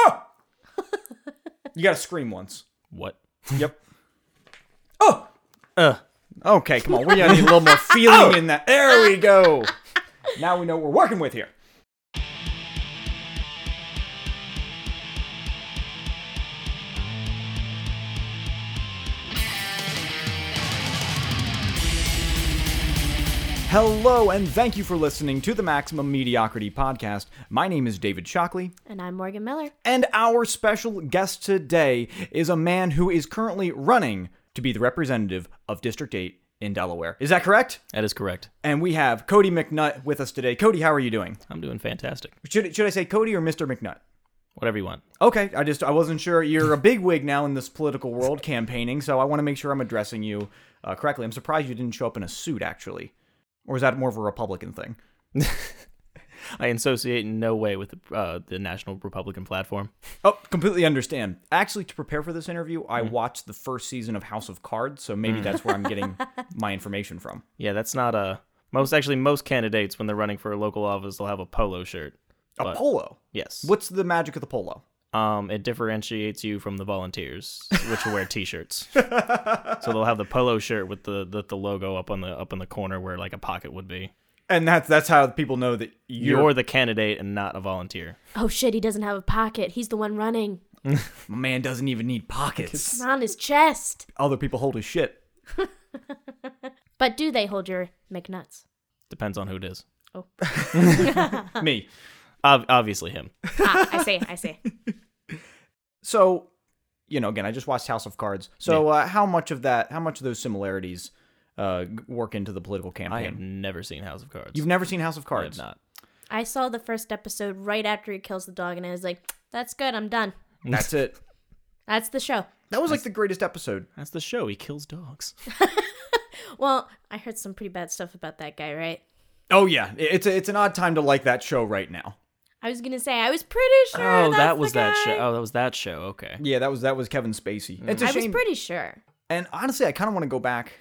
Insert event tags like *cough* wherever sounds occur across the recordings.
Oh! you gotta scream once. What? *laughs* Yep. Oh! Uh. Okay, come on. We gotta need a little *laughs* more feeling in that. There we go. Now we know what we're working with here. Hello, and thank you for listening to the Maximum Mediocrity Podcast. My name is David Shockley. And I'm Morgan Miller. And our special guest today is a man who is currently running to be the representative of District 8 in Delaware. Is that correct? That is correct. And we have Cody McNutt with us today. Cody, how are you doing? I'm doing fantastic. Should, should I say Cody or Mr. McNutt? Whatever you want. Okay, I just I wasn't sure. You're a big wig now in this political world campaigning, so I want to make sure I'm addressing you uh, correctly. I'm surprised you didn't show up in a suit, actually. Or is that more of a Republican thing? I associate in no way with the, uh, the National Republican platform. Oh, completely understand. Actually, to prepare for this interview, I watched the first season of House of Cards, so maybe that's where I'm *laughs* getting my information from. Yeah, that's not a most. Actually, most candidates when they're running for a local office, they'll have a polo shirt. A But- polo. Yes. What's the magic of the polo? Um, it differentiates you from the volunteers, which will *laughs* wear T-shirts. so they'll have the polo shirt with the, the the logo up on the up in the corner where like a pocket would be. And that's that's how people know that You're, you're, the candidate and not a volunteer. Oh shit, he doesn't have a pocket. He's the one running. my man doesn't even need pockets. It's on his chest. *laughs* Other people hold his shit. But do they hold your McNuts? Depends on who it is. *laughs* Me. Ob- obviously him. Ah, I see, I see. So, you know, again, I just watched House of Cards. So, uh, how much of that, how much of those similarities uh, g- work into the political I have campaign? never seen House of Cards. You've never seen House of I Cards? have not. I saw the first episode right after he kills the dog, and I was like, that's good, I'm done. *laughs* That's it. That's the show. That was like the greatest episode. That's the show. He *laughs* kills dogs. Well, I heard some pretty bad stuff about that guy, right? Oh yeah, I- it's a, it's an odd time to like that show right now. I was gonna say, I was pretty sure. oh, that's that was the that guy. show. Oh, that was that show. Okay. Yeah, that was that was Kevin Spacey. It's a I was shame. pretty sure. and honestly, I kind of want to go back.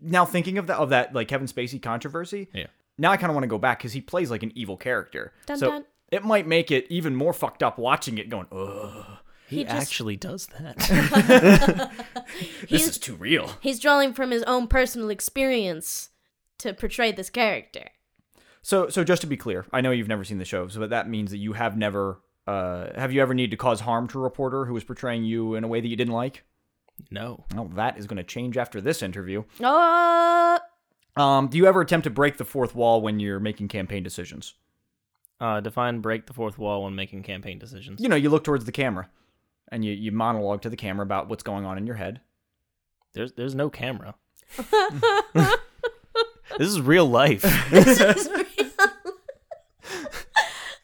Now thinking of that of that like Kevin Spacey controversy, Yeah. now I kind of want to go back because he plays like an evil character. Dun so dun. it might make it even more fucked up watching it. Going, ugh, He, He just- actually does that. *laughs* *laughs* this He's is too real. he's drawing from his own personal experience to portray this character. So so just to be clear, I know you've never seen the show, so but that means that you have never. Uh, have you ever needed to cause harm to a reporter who was portraying you in a way that you didn't like? no. Well, that is going to change after this interview. Oh, Um, do you ever attempt to break the fourth wall when you're making campaign decisions? Uh, define break the fourth wall when making campaign decisions. You know, you look towards the camera and you, you monologue to the camera about what's going on in your head. There's there's *laughs* no camera. this is *laughs* real life.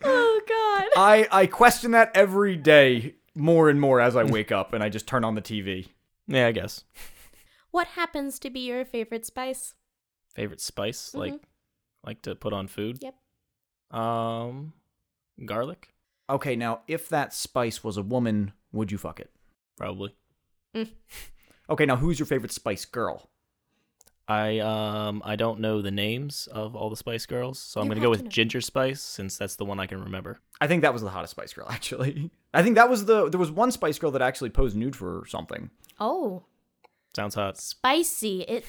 oh god. I, I question that every day more and more as I wake up and I just turn on the TV. *laughs* yeah, I guess. What happens to be your favorite spice? Favorite spice like like to put on food. Mm-hmm. Yep. Um, garlic Okay, now if that spice was a woman, would you fuck it? probably. Okay, now who's your favorite spice girl? I um I don't know the names of all the Spice Girls, so I'm You gonna have go to with know. Ginger Spice since that's the one I can remember. I think that was the hottest spice girl, *laughs* actually. I think that was the there was one spice girl that actually posed nude for something. Oh, Sounds hot. spicy.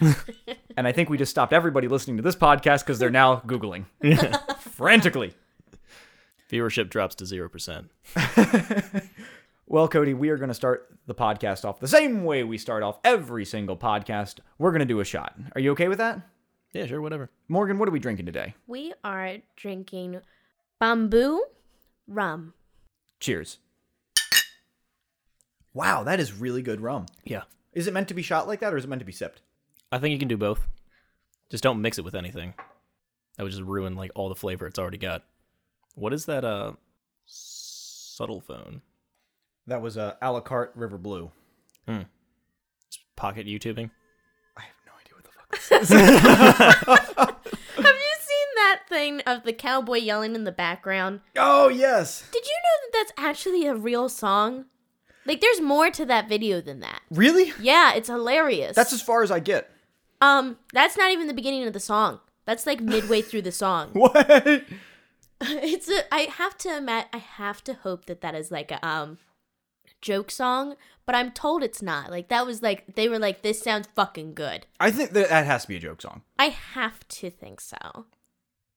*laughs* It And I think we just stopped everybody listening to this podcast because they're now Googling. Frantically. Viewership drops to zero percent. Well, Cody, we are going to start the podcast off the same way we start off every single podcast. We're going to do a shot. Are you okay with that? Yeah, sure, whatever. Morgan, what are we drinking today? we are drinking bamboo rum. Cheers. Wow, that is really good rum. Yeah. Is it meant to be shot like that or is it meant to be sipped? I think you can do both. Just don't mix it with anything. That would just ruin like all the flavor it's already got. What is that? Uh, subtle phone. That was uh, a la carte River Blue. Pocket YouTubing. I have no idea what the fuck this is. Have you seen that thing of the cowboy yelling in the background? oh, yes. Did you know that that's actually a real song? Like, there's more to that video than that. Really? Yeah, it's hilarious. That's as far as I get. *laughs* um, that's not even the beginning of the song. That's like midway through the *laughs* song. What? *laughs* It's a. I have to ima- I have to hope that that is like a um, joke song. But I'm told it's not. Like that was like they were like this sounds fucking good. I think that, that has to be a joke song. I have to think so,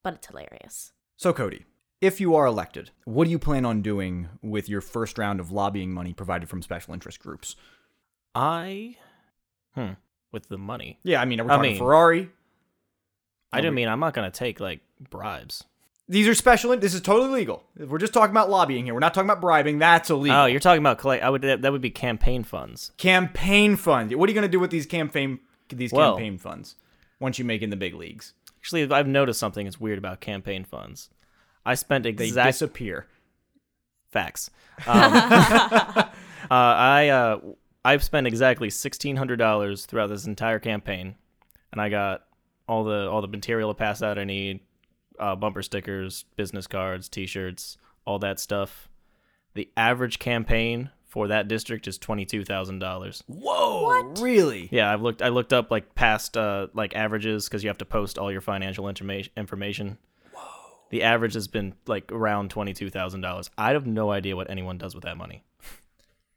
but it's hilarious. So, Cody, if you are elected, what do you plan on doing with your first round of lobbying money provided from special interest groups? I, hmm, with the money. Yeah, I mean, are we I talking mean- Ferrari? I don't mean I'm not gonna take like bribes. These are special. in- This is totally legal. We're just talking about lobbying here. We're not talking about bribing. That's illegal. Oh, you're talking about collect. I would that, that would be campaign funds. campaign fund. What are you going to do with these campaign these Well- campaign funds once you make it in the big leagues? Actually, I've noticed something is weird about campaign funds. I spent They exact disappear. facts. Um, *laughs* uh, I uh, I've spent exactly sixteen hundred dollars throughout this entire campaign, and I got all the all the material to pass out I need, uh, bumper stickers, business cards, T-shirts, all that stuff. The average campaign for that district is twenty two thousand dollars. Whoa! Really? Yeah, I've looked. I looked up like past uh, like averages because you have to post all your financial information. Information. Whoa. The average has been like around twenty two thousand dollars. I have no idea what anyone does with that money.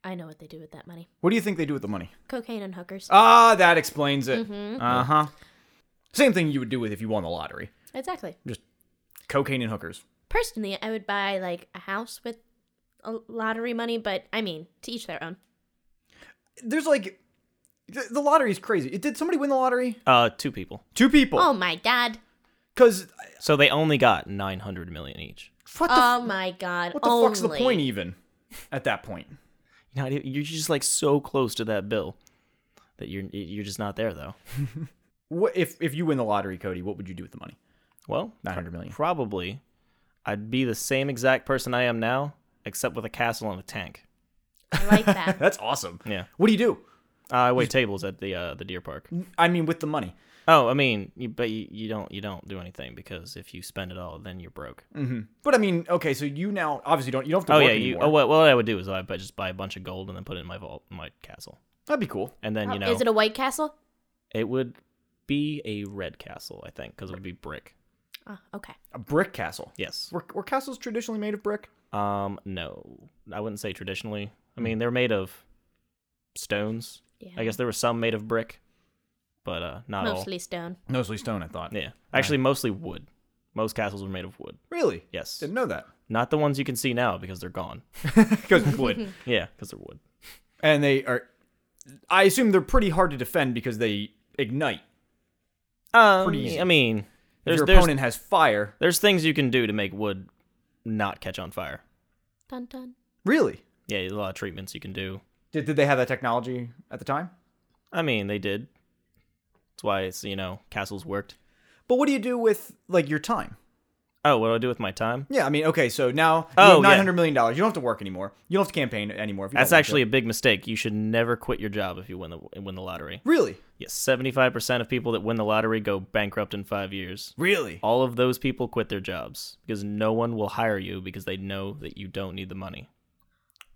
I know what they do with that money. What do you think they do with the money? Cocaine and hookers. Ah, that explains it. Mm-hmm. Uh huh. Same thing you would do with if you won the lottery. exactly. Cocaine and hookers. Personally, I would buy like a house with a lottery money, but I mean, to each their own. There's like, the the lottery's crazy. Did somebody win the lottery? Uh, two people. Two people. Oh my god. Because So they only got nine hundred million each. what the Oh my god. what the Only. fuck's the point even? At that point, You're not e- you're just like so close to that bill that you're you're just not there though. what if if you win the lottery, Cody? What would you do with the money? Well, Nine hundred million. probably I'd be the same exact person I am now, except with a castle and a tank. I *laughs* like that. That's awesome. Yeah, What do you do? Uh, I wait tables at the uh, the deer park. I mean, with the money. Oh, I mean, you, but you, you don't you don't do anything because if you spend it all, then you're broke. Mm-hmm. But I mean, okay, so you now obviously don't you don't have to Oh work yeah, you. anymore. Oh, what, what I would do is I would just buy a bunch of gold and then put it in my vault, my castle, That'd be cool. and then you know Is it it, a White Castle? would be a red castle, I think, because it would be brick. Oh, okay. A brick castle. Yes. Were, were castles traditionally made of brick? Um, no, I wouldn't say traditionally. I mean, they're made of stones. Yeah. I guess there were some made of brick, but uh, not Mostly stone. Mostly stone, I thought. all. Yeah, actually, mostly wood. Most castles were made of wood. Really? Yes, Didn't know that. *laughs* not the ones you can see now because they're gone. *laughs* Because wood. Yeah, because they're wood. And they are. I assume they're pretty hard to defend because they ignite. Um, Pretty easy. I mean, If there's your there's, opponent has fire. there's things you can do to make wood not catch on fire. Dun dun. Really? Yeah, there's a lot of treatments you can do. Did, did they have that technology at the time? I mean, they did. That's why it's you know castles worked. But what do you do with like your time? Oh, what do I do with my time? Yeah, I mean, okay, so now you Oh, have yeah. nine hundred million dollars. You don't have to work anymore. You don't have to campaign anymore. if you That's don't want actually to. a big mistake. You should never quit your job if you win the win the lottery. really, Yes, seventy five percent of people that win the lottery go bankrupt in five years. really. All of those people quit their jobs because no one will hire you because they know that you don't need the money.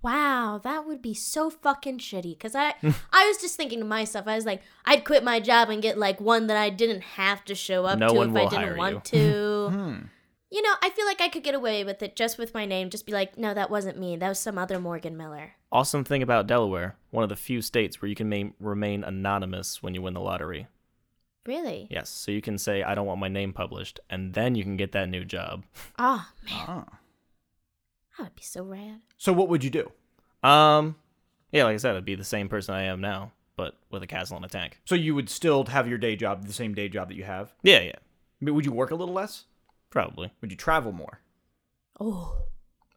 Wow, that would be so fucking shitty. Cause *laughs* I, I was just thinking to myself, I was like, I'd quit my job and get like one that I didn't have to show up No to one if will I didn't hire want *laughs* to. You know, I feel like I could get away with it just with my name. Just be like, no, that wasn't me. That was some other Morgan Miller. Awesome thing about Delaware, one of the few states where you can ma- remain anonymous when you win the lottery. Really? Yes, so you can say I don't want my name published, and then you can get that new job. Oh man, Ah. that would be so rad. So what would you do? Um, yeah, like I said, I'd be the same person I am now, but with a castle and a tank. So you would still have your day job, the same day job that you have. Yeah, yeah, I mean, would you work a little less? probably. Would you travel more? Oh,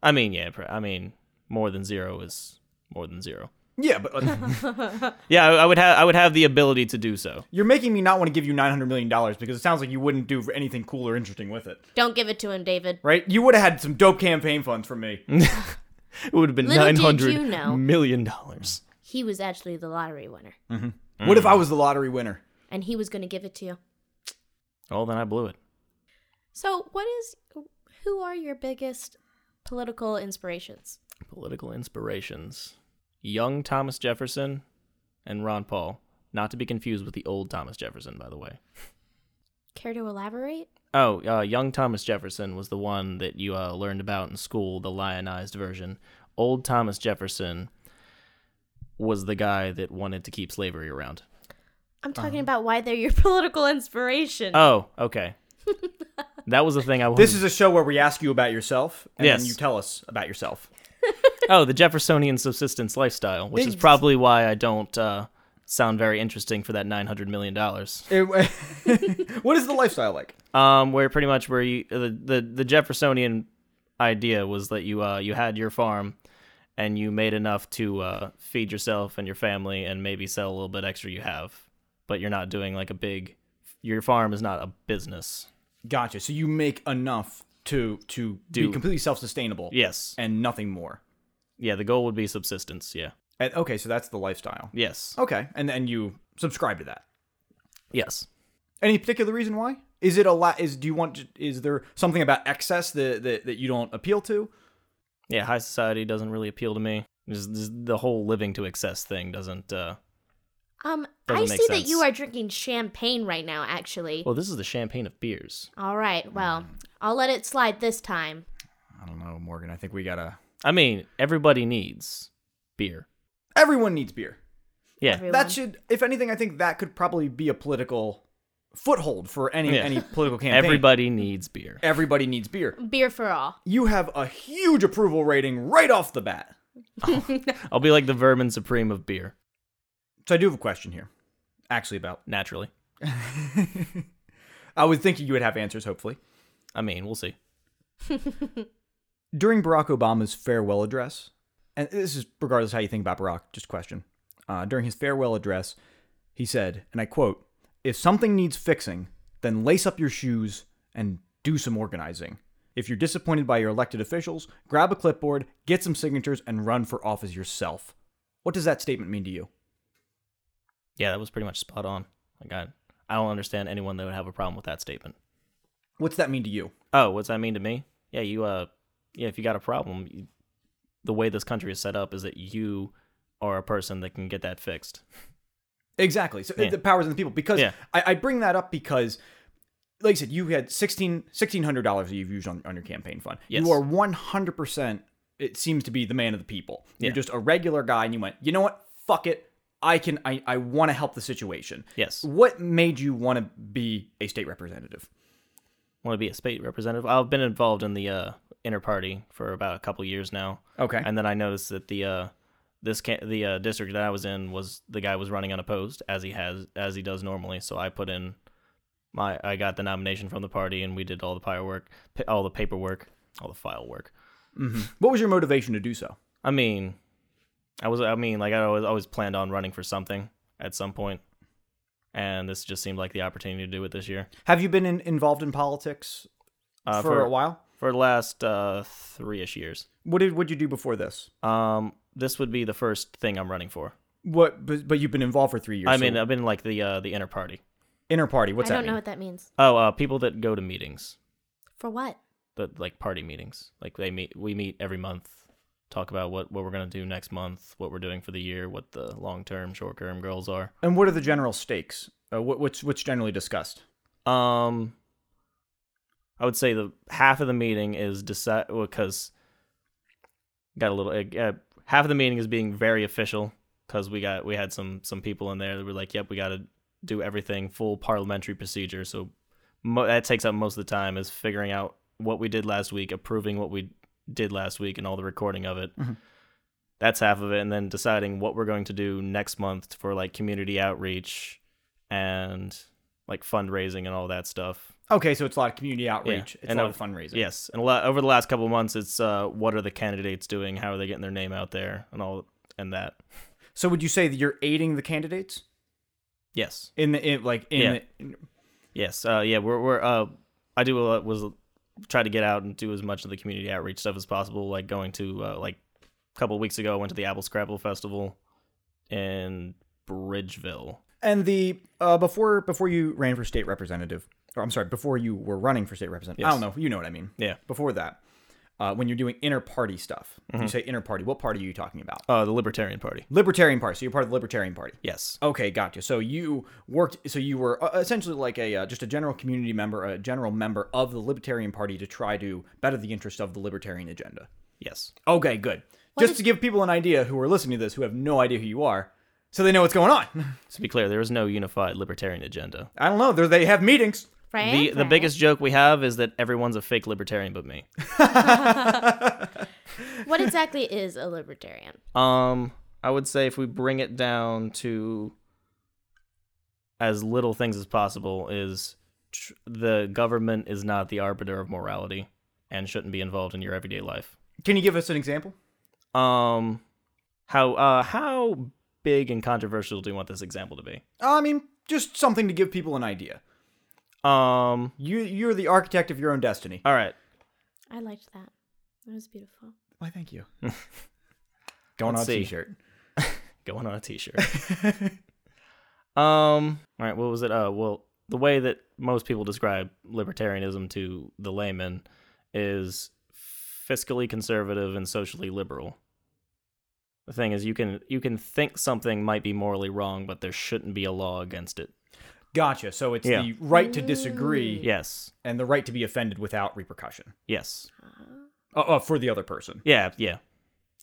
I mean, yeah, pr- I mean, more than zero is more than zero. Yeah, but uh, Yeah, I, I would have I would have the ability to do so. you're making me not want to give you nine hundred million dollars because it sounds like you wouldn't do anything cool or interesting with it, don't give it to him, David. right? You would have had some dope campaign funds from me. It would have been Little nine did hundred you know. million dollars. He was actually the lottery winner, Mm. What if I was the lottery winner? and he was going to give it to you. Oh, then I blew it. So, what is who are your biggest political inspirations? Political inspirations: young Thomas Jefferson and Ron Paul, not to be confused with the old Thomas Jefferson, by the way. Care to elaborate? Oh, uh, young Thomas Jefferson was the one that you uh, learned about in school, the lionized version. Old Thomas Jefferson was the guy that wanted to keep slavery around. I'm Uh-huh. talking about why they're your *laughs* political inspiration. Oh, okay. that was the thing I wanted. This is a show where we ask you about yourself, and Yes. then you tell us about yourself. oh, the Jeffersonian subsistence lifestyle, which is probably why I don't uh, sound very interesting for that nine hundred million dollars. It- *laughs* what is the lifestyle like? um, where pretty much where you the, the the Jeffersonian idea was that you uh you had your farm and you made enough to uh, feed yourself and your family and maybe sell a little bit extra you have, but you're not doing like a big. Your farm is not a business. Gotcha. So you make enough to to Do- be completely self sustainable. Yes. and nothing more. Yeah, the goal would be subsistence. Yeah. And, okay, so that's the lifestyle. Yes. Okay, and then you subscribe to that. Yes. Any particular reason why? Is it a lot? Is do you want? to- Is there something about excess that that, that you don't appeal to? Yeah, high society doesn't really appeal to me. Just, just the whole living to excess thing doesn't. Uh... um, I Doesn't see make that you sense. are drinking champagne right now. Actually, Well, mm. this is the champagne of beers. all right. Well, I'll let it slide this time. I don't know, Morgan. I think we gotta. I mean, everybody needs beer. Everyone needs beer. Yeah. Everyone. That should, if anything, I think that could probably be a political foothold for any Yeah. any *laughs* political campaign. Everybody needs beer. everybody needs beer. Beer for all. You have a huge approval rating right off the bat. I'll be like the vermin supreme of beer, So I do have a question here, actually about. naturally. I was thinking you would have answers, hopefully. I mean, we'll see. during Barack Obama's farewell address, and this is regardless how you think about Barack, just question. Uh, during his farewell address, he said, and I quote, If something needs fixing, then lace up your shoes and do some organizing. If you're disappointed by your elected officials, grab a clipboard, get some signatures, and run for office yourself. What does that statement mean to you? Yeah, that was pretty much spot on. Like I, I don't understand anyone that would have a problem with that statement. What's that mean to you? Oh, what's that mean to me? Yeah, you uh yeah, if you got a problem, you, the way this country is set up is that you are a person that can get that fixed. Exactly. So Yeah. the powers of the people. Because Yeah. I, I bring that up because, like I said, you had 16 $1,600 that you've used on, on your campaign fund. Yes. You are 100%, it seems to be the man of the people. Yeah. You're just a regular guy and you went, you know what? Fuck it. I can, I, I want to help the situation. Yes. What made you want to be a state representative? Want to be a state representative? I've been involved in the uh inner party for about a couple years now. Okay. And then I noticed that the uh this ca- the uh, district that I was in was the guy was running unopposed as he has as he does normally. So I put in my I got the nomination from the party and we did all the firework, pa- all the paperwork, all the file work. what was your motivation to do so? I mean, I was I mean like I always always planned on running for something at some point, and this just seemed like the opportunity to do it this year. Have you been in, involved in politics Uh, for, a while? for the last uh, three ish years. What did what you do before this? Um, this would be the first thing I'm running for. What? But, but you've been involved for three years. I so mean, I've been like the uh, the inner party. inner party. What's I that don't mean? know what that means. Oh, uh, people that go to meetings, For what? that like party meetings. Like they meet, we meet every month, talk about what what we're gonna do next month, what we're doing for the year, what the long term, short term goals are. And what are the general stakes? Uh, what, what's what's generally discussed? Um, I would say the half of the meeting is decide because got a little uh, uh, half of the meeting is being very official because we got we had some some people in there that were like, "Yep, we got to do everything full parliamentary procedure." So mo- that takes up most of the time is figuring out what we did last week, approving what we did last week, and all the recording of it. That's half of it, and then deciding what we're going to do next month for like community outreach and like fundraising and all that stuff. Okay, so it's a lot of community outreach. It's and a lot of I've- fundraising. Yes, and a lot over the last couple of months, it's uh, what are the candidates doing? How are they getting their name out there, and all and that. So would you say that you're aiding the candidates Yes, in the in, like in? Yeah. The, yes, uh, yeah. We're we're uh, I do a lot was try to get out and do as much of the community outreach stuff as possible, like going to uh, like couple weeks ago, I went to the Apple Scrabble Festival in Bridgeville. And the uh, before before you ran for state representative, or I'm sorry, before you were running for state representative. I Yes. don't know. You know what I mean. Yeah. Before that, uh, when you're doing inner party stuff, Mm-hmm. you say inner party. What party are you talking about? Uh, the Libertarian Party. Libertarian Party. So you're part of the Libertarian Party. Yes. Okay, gotcha. So you worked. So you were uh, essentially like a uh, just a general community member, a general member of the Libertarian Party to try to better the interest of the Libertarian agenda. Yes. Okay, good. just to give people an idea who are listening to this who have no idea who you are, so they know what's going on. *laughs* To be clear, there is no unified libertarian agenda. I don't know. They're, they have meetings. Right? The the Right. biggest joke we have is that everyone's a fake libertarian but me. *laughs* What exactly is a libertarian? Um, I would say if we bring it down to as little things as possible, is tr- the government is not the arbiter of morality and shouldn't be involved in your everyday life. Can you give us an example? Um, how uh how big and controversial do you want this example to be? Uh, I mean, just something to give people an idea. Um, You you're the architect of your own destiny. all right. I liked that. That was beautiful. Why, thank you. *laughs* going Let's on see. a t-shirt. going on a *laughs* t-shirt. um, all right, what was it? Uh, well, the way that most people describe libertarianism to the layman is fiscally conservative and socially liberal. The thing is, you can you can think something might be morally wrong, but there shouldn't be a law against it. Gotcha. So it's Yeah. the right to disagree Yes, and the right to be offended without repercussion yes, uh, uh, for the other person. yeah, yeah.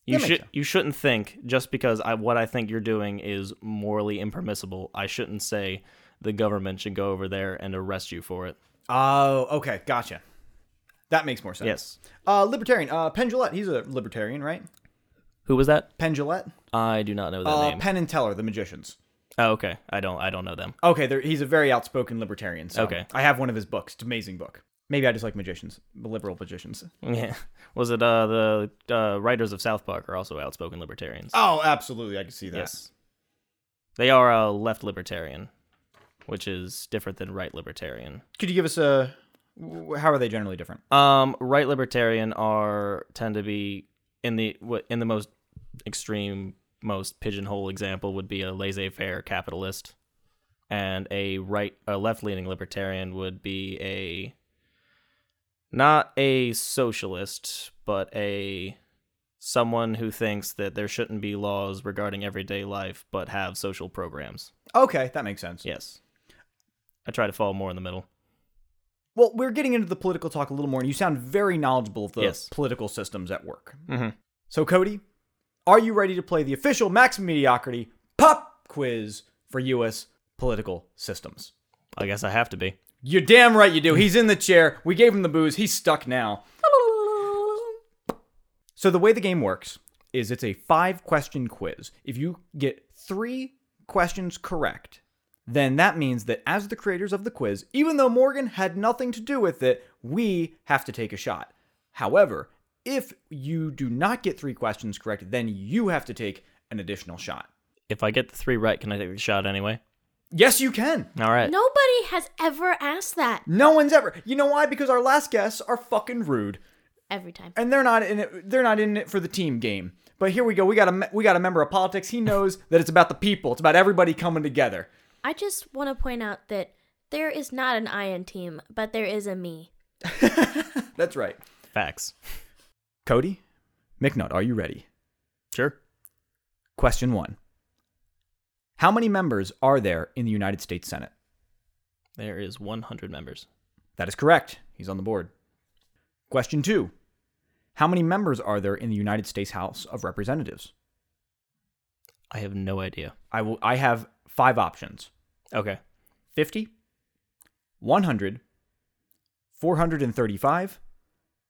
You That makes should sense. you shouldn't think just because I what I think you're doing is morally impermissible. I shouldn't say the government should go over there and arrest you for it. Oh, okay. Gotcha. That makes more sense. Yes. Uh, libertarian. Uh, Penn Jillette. He's a libertarian, right? Who was that? Penn Jillette. I do not know that Uh, name. Penn and Teller, the magicians. oh, okay. I don't. I don't know them. *laughs* Okay, they're- he's a very outspoken libertarian. So Okay. I have one of his books. It's an amazing book. Maybe I just like magicians, liberal magicians. Yeah. Was it uh the uh, writers of South Park are also outspoken libertarians? Oh, absolutely. I can see that. yes. They are a left libertarian, which is different than right libertarian. Could you give us a? w- How are they generally different? Um, right libertarian are tend to be in the what- in the most extreme, most pigeonhole example would be a laissez-faire capitalist, and a right a left-leaning libertarian would be a not a socialist, but a someone who thinks that there shouldn't be laws regarding everyday life, but have social programs. Okay, that makes sense. Yes, I try to fall more in the middle. Well, we're getting into the political talk a little more, and you sound very knowledgeable of the Yes. political systems at work. Mhm. So, Cody, are you ready to play the official Maximum Mediocrity pop quiz for U.S. political systems? I guess I have to be. You're damn right you do. He's in the chair. We gave him the booze. He's stuck now. So the way the game works is it's a five question quiz. If you get three questions correct, then that means that as the creators of the quiz, even though Morgan had nothing to do with it, we have to take a shot. However, if you do not get three questions correct, then you have to take an additional shot. If I get the three right, can I take the shot anyway? Yes, you can. All right. Nobody has ever asked that. No one's ever. You know why? Because our last guests are fucking rude. Every time. and they're not in it. They're not in it for the team game. But here we go. We got a me- we got a member of politics. He knows that it's about the people. It's about everybody coming together. I just want to point out that there is not an I in team, but there is a me. That's right. Facts. Cody, McNutt, are you ready? Sure. Question one. How many members are there in the United States Senate? There is 100 members. That is correct. He's on the board. Question two. How many members are there in the United States House of Representatives? I have no idea. I will. I have five options. Okay. 50, 100, 435,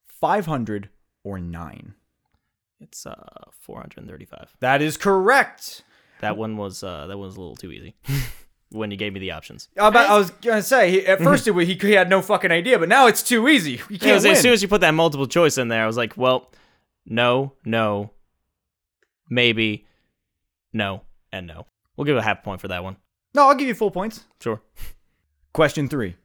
500, or 9. It's uh 435. That is correct. That one was uh that one was a little too easy. when you gave me the options. I, bet- I was going to say, he, at first it, wa- he, he had no fucking idea, but now it's too easy. You It can't was- as soon win. as you put that multiple choice in there, I was like, well, no, no, maybe, no, and no. We'll give a half point for that one. No, I'll give you full points. Sure. Question three.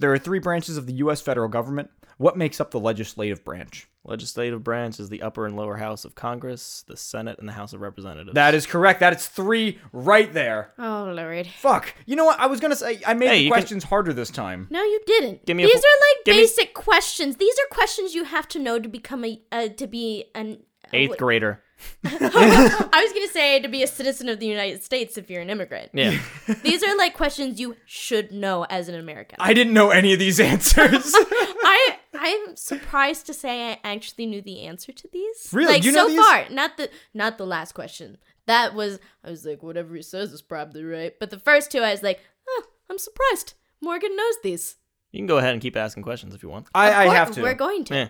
There are three branches of the U.S. federal government. What makes up the legislative branch? Legislative branch is the upper and lower house of Congress, the Senate, and the House of Representatives. That is correct. That is three right there. Oh lord. Fuck. You know what? I was gonna say I made Hey, the you can- questions harder this time. No, you didn't. Give me a These fo- are like give me- basic questions. These are questions you have to know to become a uh, to be an eighth grader. *laughs* I was gonna say to be a citizen of the United States if you're an immigrant. Yeah. These are like questions you should know as an American. I didn't know any of these *laughs* answers. I I'm surprised to say I actually knew the answer to these. Really? Like You know so these? far, not the not the last question. That was I was like, whatever he says is probably right. But the first two, I was like, oh, I'm surprised. Morgan knows these. you can go ahead and keep asking questions if you want. I, I Or have to. We're going to. Yeah.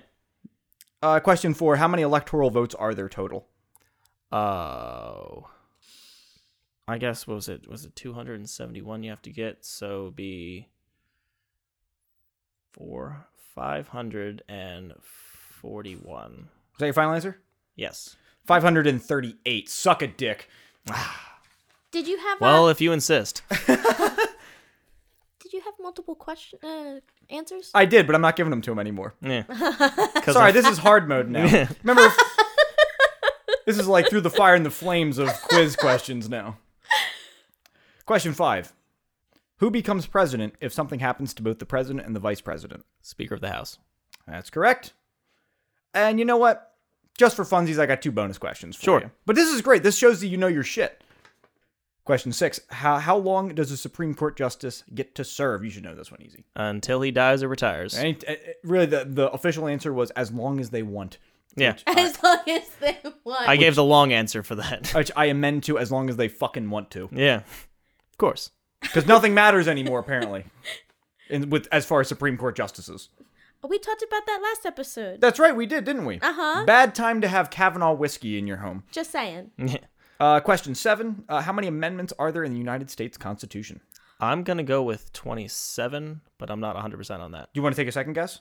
uh, question four: How many electoral votes are there total? Oh. I guess what was it? Was it 271 you have to get? So it'd be four 541. Is that your final answer? Yes. Five hundred and thirty-eight. Suck a dick. Did you have Well, uh, if you insist. Did you have multiple question uh, answers? I did, but I'm not giving them to him anymore. Yeah. Sorry, this is hard mode now. Remember, *laughs* this is like through the fire and the flames of quiz questions now. Question five Who becomes president if something happens to both the president and the vice president? Speaker of the House. That's correct. And you know what? Just for funsies, I got two bonus questions for Sure. you. But this is great. This shows that you know your shit. Question six How, how long does a Supreme Court justice get to serve? You should know this one easy. Until he dies or retires. Any, eh, eh, really, the, the official answer was as long as they want. Uh, Yeah. *laughs* as long as they want. I gave the long answer for that. Which I amend to as long as they fucking want to. *laughs* Yeah. Of course. *laughs* Because nothing matters anymore, *laughs* apparently. In, with as far as Supreme Court justices. we talked about that last episode. That's right, we did, didn't we? Uh-huh. Bad time to have Kavanaugh whiskey in your home. Just saying. Uh, question seven: uh, How many amendments are there in the United States Constitution? I'm going to go with 27, but I'm not 100% on that. Do you want to take a second guess?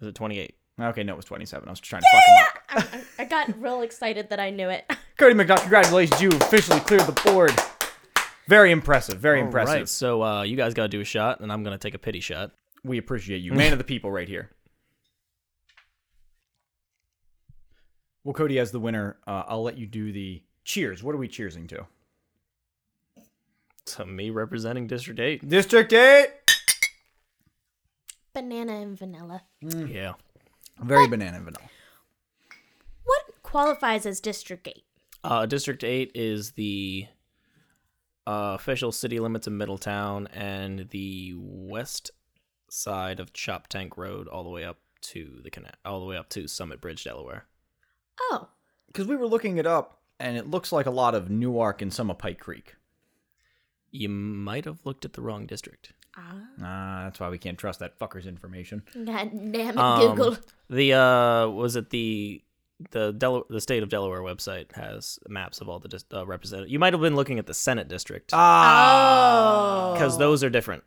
Is it 28? Okay, no, it was twenty-seven. I was trying to fuck him up. I, I got real excited that I knew it. *laughs* Cody McDonald, congratulations! You officially cleared the board. Very impressive. Very impressive. Right. So uh, you guys got to do a shot, and I'm going to take a pity shot. We appreciate you, man of the people, right here. Well, Cody, as the winner, uh, I'll let you do the cheers. What are we cheersing to? To me representing District 8. District Eight. Banana and vanilla. Mm. Yeah. Very banana vanilla. What qualifies as District 8? Uh, District 8 is the uh, official city limits of Middletown and the west side of Chop Tank Road, all the way up to the canal, all the way up to Summit Bridge, Delaware. Oh, Because we were looking it up, and it looks like a lot of Newark and some of Pike Creek. You might have looked at the wrong district. Ah, that's why we can't trust that fucker's information. God damn it, Um, Google. The uh, was it the the Del- the state of Delaware website has maps of all the dis- uh, represented. You might have been looking at the Senate district Oh. Ah, because those are different.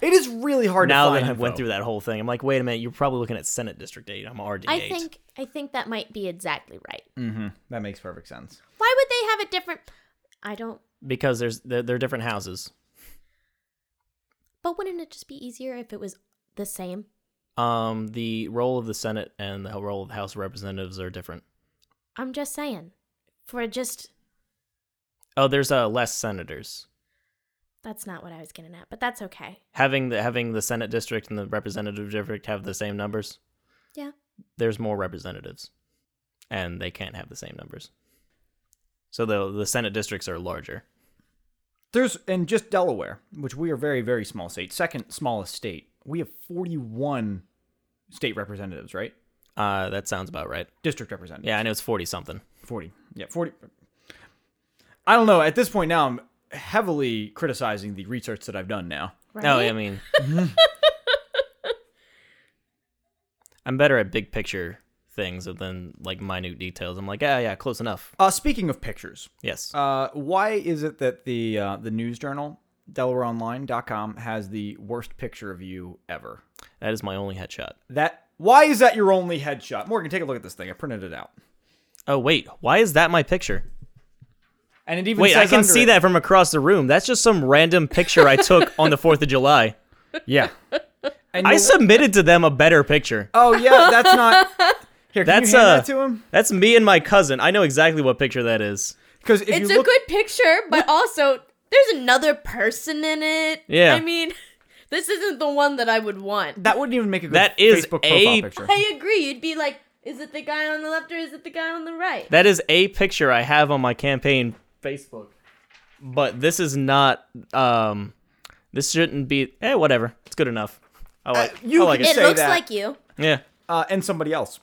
it is really hard now to that find. I went info. through that whole thing, I'm like, wait a minute, you're probably looking at Senate District 8. I'm RD8. I think I think that might be exactly right. Mm-hmm. that makes perfect sense. Why would they have a different I don't because there's they're, they're different houses. but wouldn't it just be easier if it was the same? Um, the role of the Senate and the role of the House of Representatives are different. I'm just saying. For just Oh, there's uh, less senators. that's not what I was getting at, but that's okay. Having the having the Senate district and the representative district have the same numbers. Yeah. There's more representatives, and they can't have the same numbers. So the the Senate districts are larger. There's and just Delaware, which we are very very small state, second smallest state. We have 41 state representatives, right? Uh, that sounds about right. District representatives. Yeah, I know it's forty something. 40. Yeah, 40. I don't know. At this point now, I'm heavily criticizing the research that I've done now. Right? No, Oh, I mean, *laughs* I'm better at big picture things than like minute details. I'm like, ah, yeah, close enough. Uh, speaking of pictures, Yes. uh, why is it that the uh, the news journal DelawareOnline.com has the worst picture of you ever? That is my only headshot. That why is that your only headshot? Morgan, take a look at this thing. I printed it out, Oh wait, why is that my picture? and it even Wait, I says can under see it- that *laughs* from across the room. That's just some random picture I took on the 4th of July. *laughs* Yeah, And I you'll- submitted to them a better picture. *laughs* Oh yeah, that's *laughs* not. Here, can That's you hand uh, that to him? that's me and my cousin. I know exactly what picture that is. Because if you it's a look, good picture, but also there's another person in it. Yeah. I mean, *laughs* this isn't the one that I would want. that wouldn't even make a good That is Facebook a- profile picture. I agree. You'd be like, is it the guy on the left or is it the guy on the right? That is a picture I have on my campaign Facebook. But this is not. Um, this shouldn't be. Eh, whatever. It's good enough. I like. Uh, you I like can it. it say looks that. like you. Yeah. Uh, and somebody else.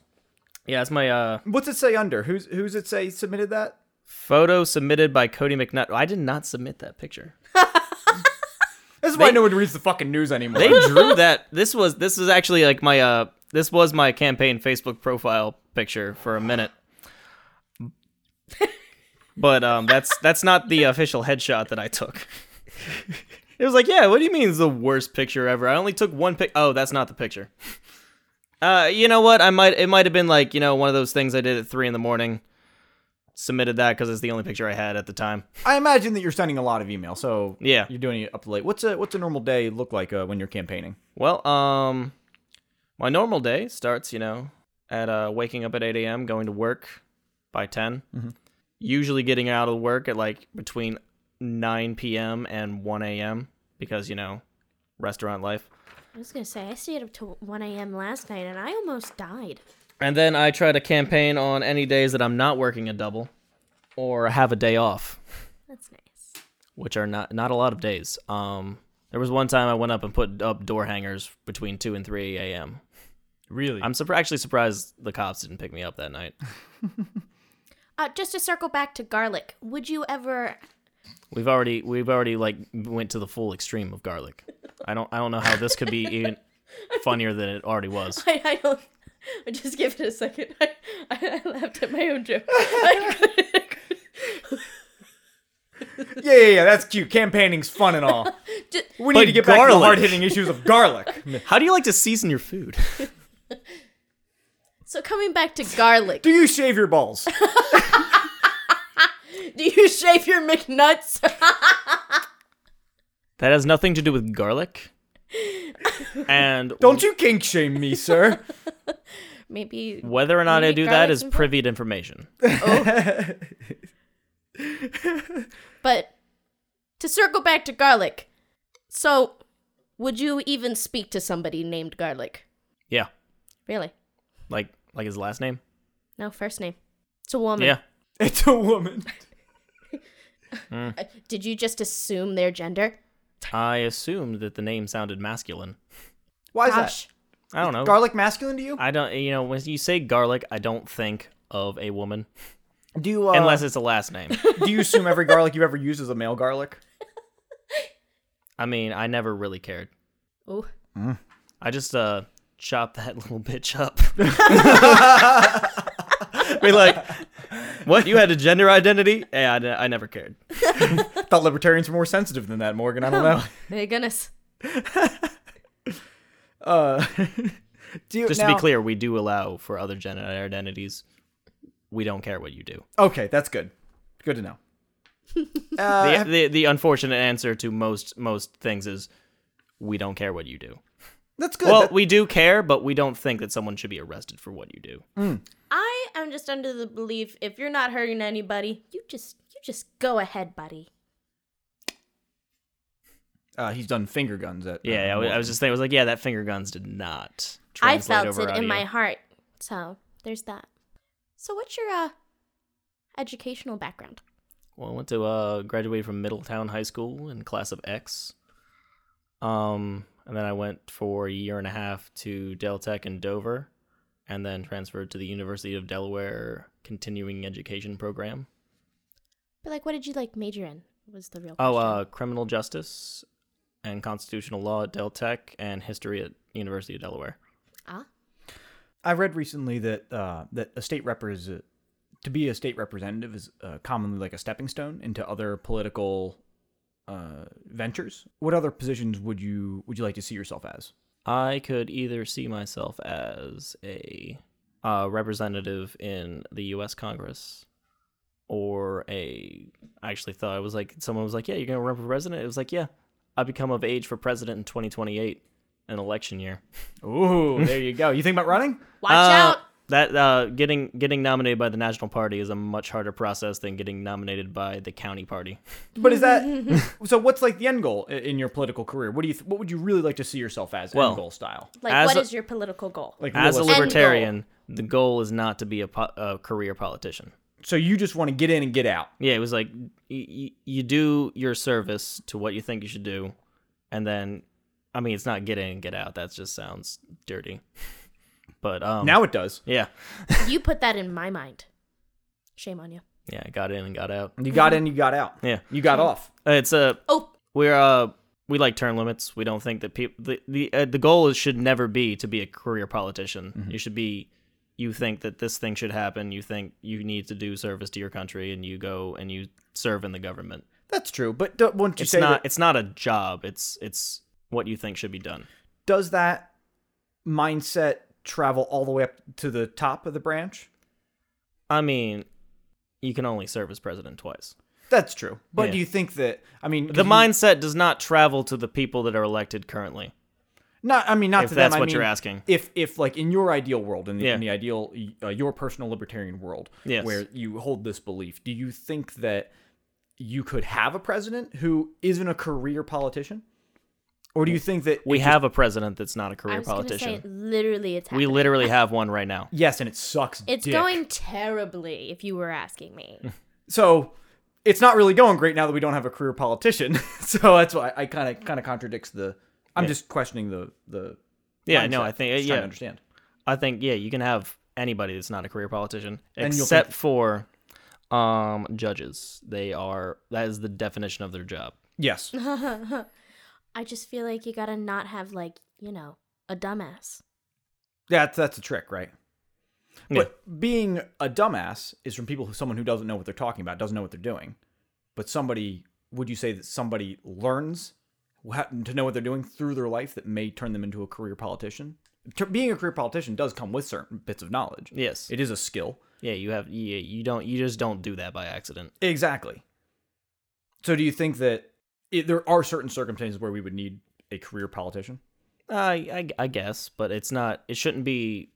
Yeah. It's my uh What's it say under? Who's who's it say submitted that? photo submitted by Cody McNutt. I did not submit that picture. This is why They- no one reads the fucking news anymore. They drew that. This was. This is actually like my uh. This was my campaign Facebook profile picture for a minute. But um, that's that's not the official headshot that I took. It was like, yeah, what do you mean it's the worst picture ever? I only took one pic. Oh, that's not the picture. Uh, you know what? I might it might have been like you know one of those things I did at three in the morning. Submitted that because it's the only picture I had at the time. I imagine that you're sending a lot of email, so Yeah. you're doing it up late. What's a what's a normal day look like uh, when you're campaigning? *laughs* Well, um, my normal day starts, you know, at uh, waking up at 8 a.m., going to work by 10. Usually getting out of work at like between 9 p.m. and 1 a.m. because, you know, restaurant life. I was gonna say I stayed up till 1 a.m. last night and I almost died. And then I try to campaign on any days that I'm not working a double or have a day off, That's nice. which are not, not a lot of days. Um, there was one time I went up and put up door hangers between 2 and 3 a.m. Really? I'm surpri- actually surprised the cops didn't pick me up that night. Uh, just to circle back to garlic, would you ever? We've already we've already like went to the full extreme of garlic. I don't I don't know how this could be even funnier than it already was. *laughs* I, I don't. I just give it a second. *laughs* I, I, I laughed at my own joke. *laughs* *laughs* I couldn't- Yeah, yeah, yeah. That's cute. Campaigning's fun and all. *laughs* Ju- We But need to get back to the garlic. hard hitting issues of *laughs* garlic. How do you like to season your food? so coming back to *laughs* garlic, Do you shave your balls? do you shave your McNuts? That has nothing to do with garlic. *laughs* And Don't you kink shame me, sir. *laughs* Maybe whether or not You I make do that garlic is and pork? privy to information. But to circle back to garlic, so would you even speak to somebody named Garlic? Yeah. Really? Like like his last name? No, first name. It's a woman. Yeah. It's a woman. Uh, Did you just assume their gender? I assumed that the name sounded masculine. Why is Gosh. I don't that? know. Garlic masculine to you? I don't you know, when you say garlic, I don't think of a woman Do you uh, unless it's a *laughs* last name. do you assume every garlic you've ever used is a male garlic? I mean, I never really cared. Ooh. I just uh chopped that *laughs* little bitch *laughs* up. Be like, what? You had a gender identity? Yeah, I, ne- I never cared. I thought libertarians were more sensitive than that, Morgan. I don't know. My goodness. Uh, *laughs* do you, Just to now- be clear, we do allow for other gender identities. We don't care what you do. Okay, that's good. Good to *laughs* know. Uh, The, have- the the unfortunate answer to most most things is we don't care what you do. that's good. Well, That- we do care, but we don't think that someone should be arrested for what you do. I am just under the belief if you're not hurting anybody, you just you just go ahead, buddy. uh, he's done finger guns at. Yeah, I, uh, w- I was just thinking, I was like, yeah, that finger guns did not. I translate felt over it in audio. my heart. So there's that. So what's your uh educational background? Well, I went to uh, graduated from Middletown High School in class of X. Um, and then I went for a year and a half to Dell Tech in Dover, and then transferred to the University of Delaware continuing education program. But like what did you like major in? Was the real Oh, question. uh, criminal justice and constitutional law at Dell Tech, and history at University of Delaware. ah. I read recently that uh, that a state rep is a- to be a state representative is uh, commonly like a stepping stone into other political uh, ventures. What other positions would you would you like to see yourself as? I could either see myself as a uh, representative in the U.S. Congress, or a. I actually thought I was like someone was like, "Yeah, you're gonna run for president." It was like, "Yeah, I become of age for president in 2028," an election year. Ooh, there you go. You think about running? Watch Uh, out. That uh, getting getting nominated by the national party is a much harder process than getting nominated by the county party. But is that so? What's like the end goal i- in your political career? What do you? Th- what would you really like to see yourself as Well, end goal style? Like, as what is a- your political goal? Like As a realistic. goal. libertarian, the goal is not to be a, po- a career politician. so you just want to get in and get out. Yeah, it was like y- y- you do your service to what you think you should do, and then, I mean, it's not get in and get out. That just sounds dirty. *laughs* But um, now it does. yeah, you put that in my mind. Shame on you. yeah, I got in and got out. You got in, you got out. Yeah, You got off. Uh, it's a Oh, we're uh we like term limits. We don't think that people the the uh, the goal is should never be to be a career politician. Mm-hmm. You should be you think that this thing should happen. You think you need to do service to your country, and you go and you serve in the government. That's true. But do, wouldn't you It's say not that, it's not a job. It's it's what you think should be done. does that mindset travel all the way up to the top of the branch? I mean, you can only serve as president twice. That's true. But Yeah. do you think that? I mean, The you- mindset does not travel to the people that are elected currently. Not. I mean, not If to that's them, I what you're mean, asking. If if like in your ideal world, in the, Yeah. in the ideal uh, your personal libertarian world, Yes. where you hold this belief, do you think that you could have a president who isn't a career politician, or do you think that We have a president that's not a I career was going to say, politician. literally, it's We happening. literally have one *laughs* right now. yes, and it sucks. It's dick. going terribly, if you were asking *laughs* me. *laughs* so. It's not really going great now that we don't have a career politician. *laughs* so that's why I kind of kind of contradicts the. I'm just questioning the the. Yeah, no, mindset. I think- Just trying to yeah. understand. I think yeah, you can have anybody that's not a career politician, And you'll except for um judges. They are that is the definition of their job. Yes. I just feel like you gotta not have, like, you know, a dumbass. That's that's a trick, right? Yeah. But being a dumbass is from people who someone who doesn't know what they're talking about, doesn't know what they're doing. But somebody, would you say that somebody learns wha- to know what they're doing through their life that may turn them into a career politician? T- Being a career politician does come with certain bits of knowledge. Yes. It is a skill. yeah, you have yeah, you don't you just don't do that by accident. Exactly. So do you think that i there are certain circumstances where we would need a career politician? I, I I guess, but it's not it shouldn't be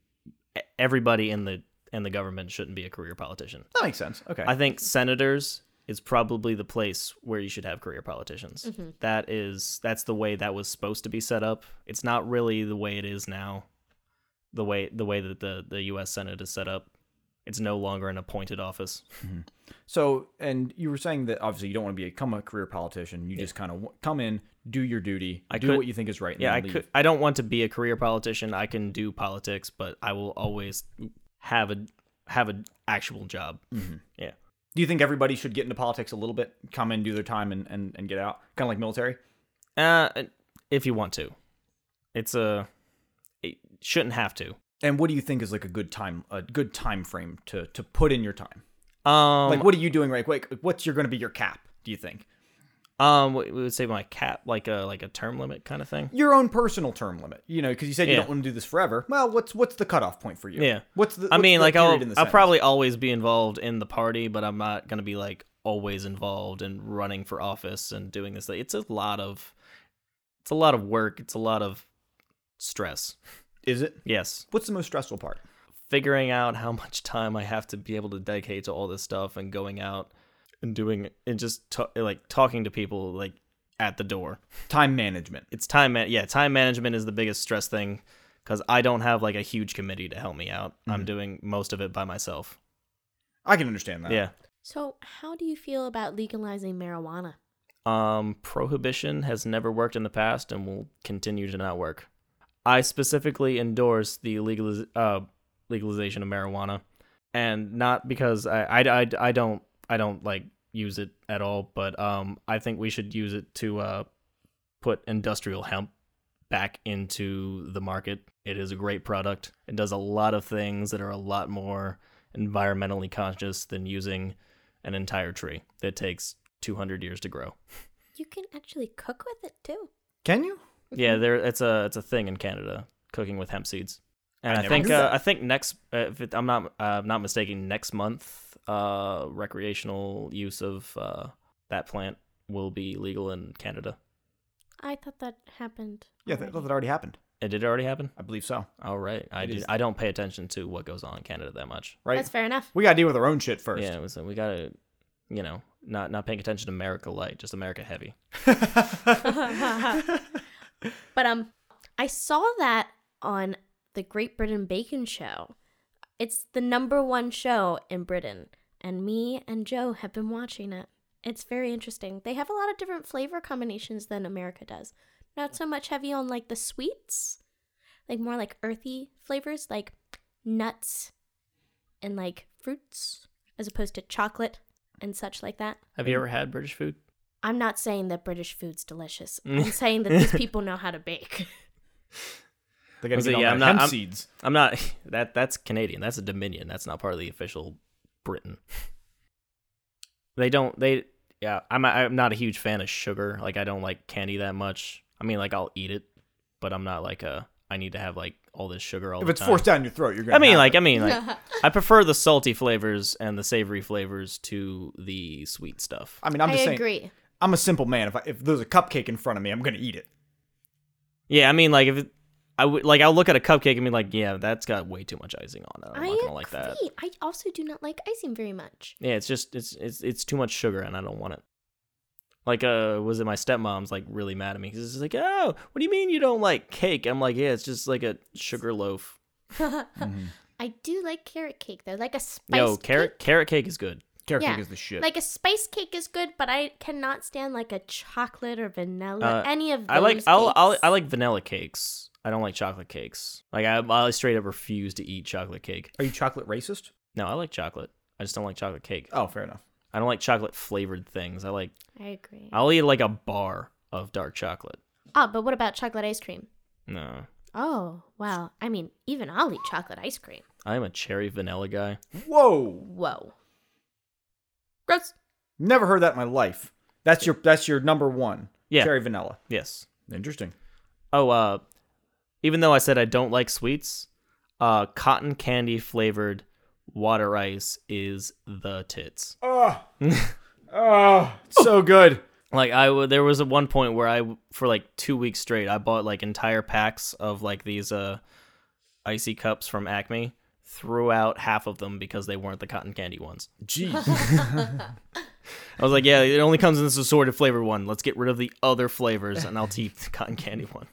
e, everybody in the in the government shouldn't be a career politician. That makes sense. Okay. I think senators is probably the place where you should have career politicians. That is that's the way that was supposed to be set up. It's not really the way it is now. The way the way that the the US Senate is set up. It's no longer an appointed office. *laughs* So, and you were saying that obviously you don't want to become a career politician. You just kind of w- come in, do your duty, I do could- what you think is right. And Yeah, then I leave. could I don't want to be a career politician. I can do politics, but I will always have a have an actual job. Yeah. Do you think everybody should get into politics a little bit? Come in, do their time, and and, and get out, kind of like military. Uh if you want to. It's a it shouldn't have to. And what do you think is like a good time, a good time frame to to put in your time? Um Like, what are you doing right quick? What's your going to be your cap? Do you think Um, we we would say my cap, like a like a term limit kind of thing. your own personal term limit? You know, because you said you Yeah. don't want to do this forever. Well, what's what's the cutoff point for you? Yeah. What's the? I what's mean, the like period I'll in the I'll sentence? probably always be involved in the party, but I'm not gonna be like always involved in running for office and doing this. thing. It's a lot of, it's a lot of work. It's a lot of stress. is it? Yes, What's the most stressful part? figuring out how much time I have to be able to dedicate to all this stuff and going out and doing and just ta- like talking to people like at the door. Time management. it's time man- yeah time management is the biggest stress thing because i don't have like a huge committee to help me out i'm doing most of it by myself I can understand that. yeah So, how do you feel about legalizing marijuana? um prohibition has never worked in the past and will continue to not work i specifically endorse the legaliz- uh, legalization of marijuana and not because I, I, I, I don't i don't like use it at all but um i think we should use it to uh put industrial hemp back into the market. It is a great product. It does a lot of things that are a lot more environmentally conscious than using an entire tree that takes 200 years to grow. You can actually cook with it too. Can you? Yeah, there it's a it's a thing in Canada cooking with hemp seeds. And I I, never think knew uh, that. I think next uh, if it, I'm not uh, not mistaken next month uh recreational use of uh that plant will be legal in Canada. I thought that happened. Yeah, that, that already happened. It did already happen. I believe so. All right, I did, is- I don't pay attention to what goes on in Canada that much. Right? That's fair enough. we got to deal with our own shit first. *laughs* Yeah, it was, we gotta, you know, not not paying attention to America light, just America heavy. *laughs* But um, I saw that on the Great Britain Bacon Show. It's the number one show in Britain, and me and Joe have been watching it. It's very interesting. They have a lot of different flavor combinations than America does. Not so much heavy on like the sweets, like more like earthy flavors, like nuts and like fruits, as opposed to chocolate and such like that. Have you ever had British food? I'm not saying that British food's *laughs* delicious. I'm saying that these people know how to bake. They got to Was get it- on their yeah, I'm not- hemp I'm- seeds. I'm not. *laughs* That that's Canadian. That's a Dominion. That's not part of the official Britain. They don't. They yeah. I'm I'm not a huge fan of sugar. Like I don't like candy that much. I mean, like I'll eat it, but I'm not like a. I need to have like all this sugar all If the it's time. forced down your throat, you're gonna. I mean, have like it. I *laughs* mean, like I prefer the salty flavors and the savory flavors to the sweet stuff. I mean, I'm just saying. agree. I'm a simple man. If I, if there's a cupcake in front of me, I'm gonna eat it. Yeah, I mean, like if it, I would like I'll look at a cupcake and be like, yeah, that's got way too much icing on it. I'm I not agree. gonna like that. I also do not like icing very much. Yeah, it's just it's it's it's too much sugar, and I don't want it. Like, uh, was it my stepmom's like really mad at me? She's just like, "Oh, what do you mean you don't like cake?" I'm like, "Yeah, it's just like a sugar loaf." I do like carrot cake though, like a spice. Yo, carrot cake. carrot cake is good. Carrot Yeah. cake is the shit. Like a spice cake is good, but I cannot stand like a chocolate or vanilla, Uh, any of those. I like I'll, I'll cakes. I like vanilla cakes. I don't like chocolate cakes. Like I, I straight up refuse to eat chocolate cake. Are you chocolate racist? No, I like chocolate. I just don't like chocolate cake. Oh, fair enough. I don't like chocolate flavored things. I like I agree. I'll eat like a bar of dark chocolate. oh, but what about chocolate ice cream? No, Oh, wow. I mean, even I'll eat chocolate ice cream. I am a cherry vanilla guy. Whoa, Whoa. Gross. never heard that in my life. That's your that's your number one. Yeah. cherry vanilla. Yes. Interesting. Oh, uh, even though I said I don't like sweets, uh, cotton candy flavored water ice is the tits. Oh, oh, so good. Like I, w- there was a one point where I, for like two weeks straight, I bought like entire packs of like these uh, icy cups from Acme. Threw out half of them because they weren't the cotton candy ones. Jeez. I was like, yeah, it only comes in this assorted flavored one. Let's get rid of the other flavors, and I'll *laughs* keep the cotton candy one.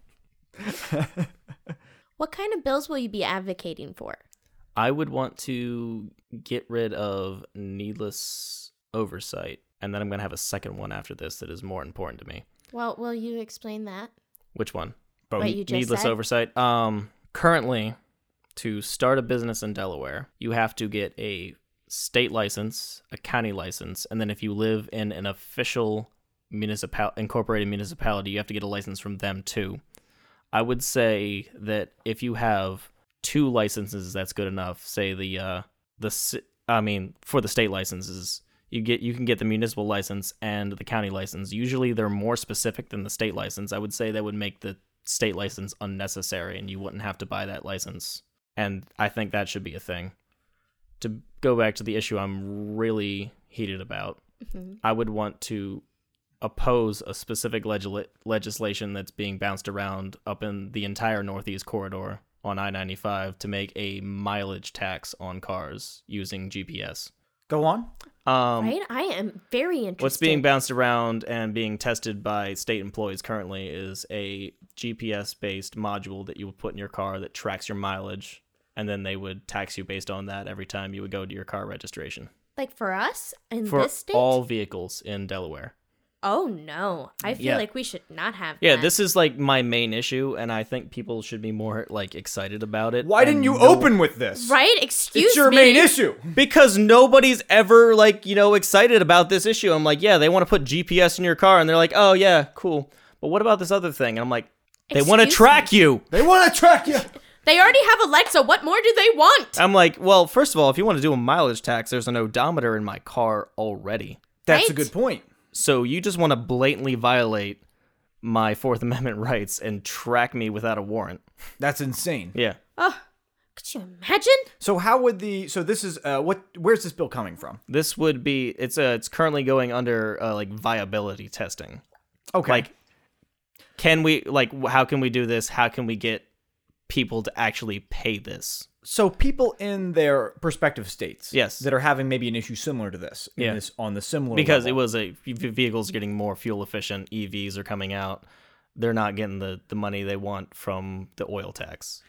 What kind of bills will you be advocating for? I would want to get rid of needless oversight, and then I'm going to have a second one after this that is more important to me. Well, will you explain that? *laughs* Which one? Both. What you just needless said? oversight. Um, currently, to start a business in Delaware, you have to get a state license, a county license, and then if you live in an official municipal incorporated municipality, you have to get a license from them too. I would say that if you have two licenses, that's good enough. Say the uh, the ci- I mean for the state licenses, you get you can get the municipal license and the county license. Usually they're more specific than the state license. I would say that would make the state license unnecessary, and you wouldn't have to buy that license. And I think that should be a thing. To go back to the issue, I'm really heated about. I would want to oppose a specific legil- legislation that's being bounced around up in the entire Northeast corridor on I 95 to make a mileage tax on cars using GPS. *laughs* Go on. Um, right? I am very interested. What's being bounced around and being tested by state employees currently is a GPS based module that you would put in your car that tracks your mileage. And then they would tax you based on that every time you would go to your car registration like for us in for this state? all vehicles in Delaware. Oh no. I feel Yeah. like we should not have Yeah, that. this is like my main issue, and I think people should be more like excited about it. Why didn't And you no- open with this? Right? Excuse it's your me. main issue. Because nobody's ever like you know excited about this issue. I'm like, yeah, they want to put GPS in your car, and they're like, oh yeah, cool. But what about this other thing? And I'm like, they want to Excuse track you. They want to track *laughs* you. They already have Alexa. What more do they want? I'm like, well, first of all, if you want to do a mileage tax, there's an odometer in my car already. That's a Right? good point. So you just want to blatantly violate my Fourth *laughs* Amendment rights and track me without a warrant. That's insane. Yeah. Could you imagine? So how would the so this is uh what where's this bill coming from? This would be it's uh, it's currently going under uh, like viability testing. Okay. Like, can we like wh- how can we do this? How can we get people to actually pay this. So people in their prospective states, Yes. that are having maybe an issue similar to this, in Yeah. this on the similar because level. it was a v- vehicles getting more fuel efficient evs are coming out they're not getting the, the money they want from the oil tax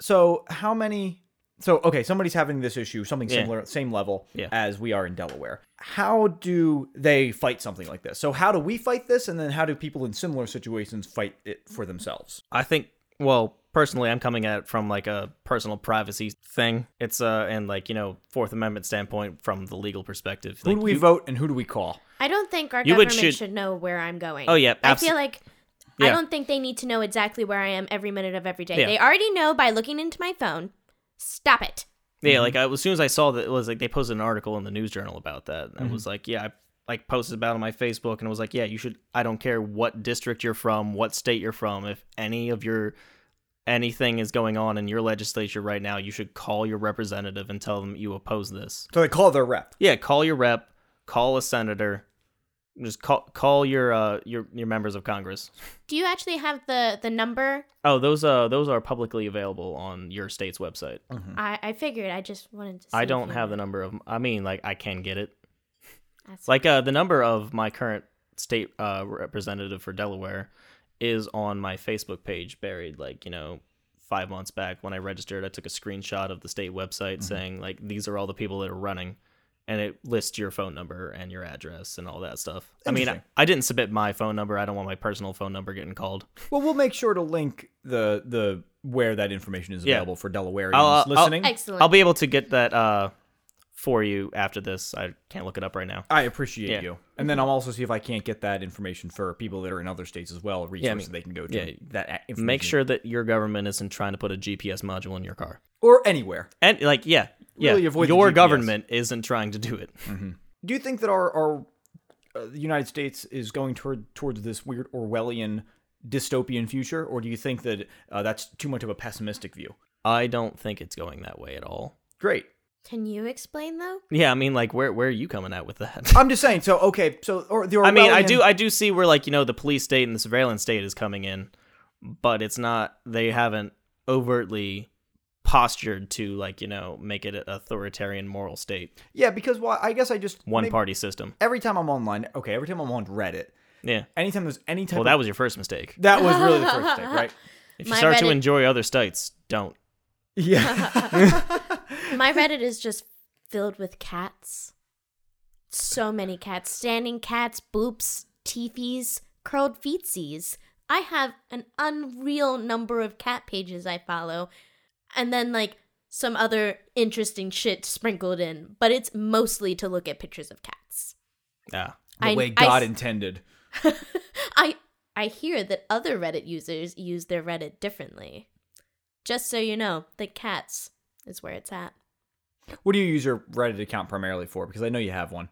So how many? So okay, somebody's having this issue, something Yeah. similar, same level Yeah. as we are in Delaware. How do they fight something like this? So how do we fight this, and then how do people in similar situations fight it for themselves? i think well personally i'm coming at it from like a personal privacy thing it's uh and like you know fourth amendment standpoint from the legal perspective Who Like, do we you- vote, and who do we call? I don't think our You would government should- should... know where I'm going. Oh, yeah, I abso- feel like I Yeah. don't think they need to know exactly where I am every minute of every day. Yeah. They already know by looking into my phone. Stop it. yeah like I, as soon as i saw that it was like they posted an article in the news journal about that and i was like yeah i like posted about it on my facebook and it was like yeah you should i don't care what district you're from what state you're from if any of your anything is going on in your legislature right now you should call your representative and tell them you oppose this So they call their rep. yeah call your rep call a senator just call call your uh your your members of congress Do you actually have the the number? oh those uh those are publicly available on your state's website I I figured. I just wanted to. See Mm-hmm. i if don't you have the number of i mean like i can get it asked. Like uh, the number of my current state uh, representative for Delaware is on my Facebook page, buried like you know five months back when I registered. I took a screenshot of the state website saying like these are all the people that are running, and it lists your phone number and your address and all that stuff. I mean, I, Interesting. I didn't submit my phone number. I don't want my personal phone number getting called. Well, we'll make sure to link the the where that information is Yeah. available for Delawareans I'll- I'll- listening. Excellent. I'll be able to get that uh, for you after this. I can't look it up right now. I appreciate Yeah. you. And then I'll also see if I can't get that information for people that are in other states as well, resources mean, they can go to. yeah, that a- information. Make sure that your government isn't trying to put a GPS module in your car. or anywhere. And like, yeah, yeah, Really avoid the your GPS. government isn't trying to do it. Mm. Do you think that our our uh, the United States is going toward towards this weird Orwellian dystopian future, or do you think that uh, that's too much of a pessimistic view? I don't think it's going that way at all. Great. Can you explain though? Yeah, I mean, like, where where are you coming at with that? I'm just saying. So okay. So or the Orwellian, *laughs* I mean, I do I do see where like you know the police state and the surveillance state is coming in, but it's not. They haven't overtly postured to like you know make it an authoritarian moral state, Yeah, because well, I guess I just one maybe- party system. every time I'm online. Okay, every time I'm on Reddit, Yeah. anytime there's any type. Well, of- that was your first mistake. that was really the first thing, *laughs* right? If you My start to Reddit- enjoy other states, don't. *laughs* Yeah. My Reddit is just filled with cats. So many cats. Standing cats, boops, teefies, curled feetsies. I have an unreal number of cat pages I follow. And then, like, some other interesting shit sprinkled in. But it's mostly to look at pictures of cats. *laughs* Yeah. the I- way I God s- intended. I I hear that other Reddit users use their Reddit differently. Just so you know, the cats is where it's at. What do you use your Reddit account primarily for? Because I know you have one.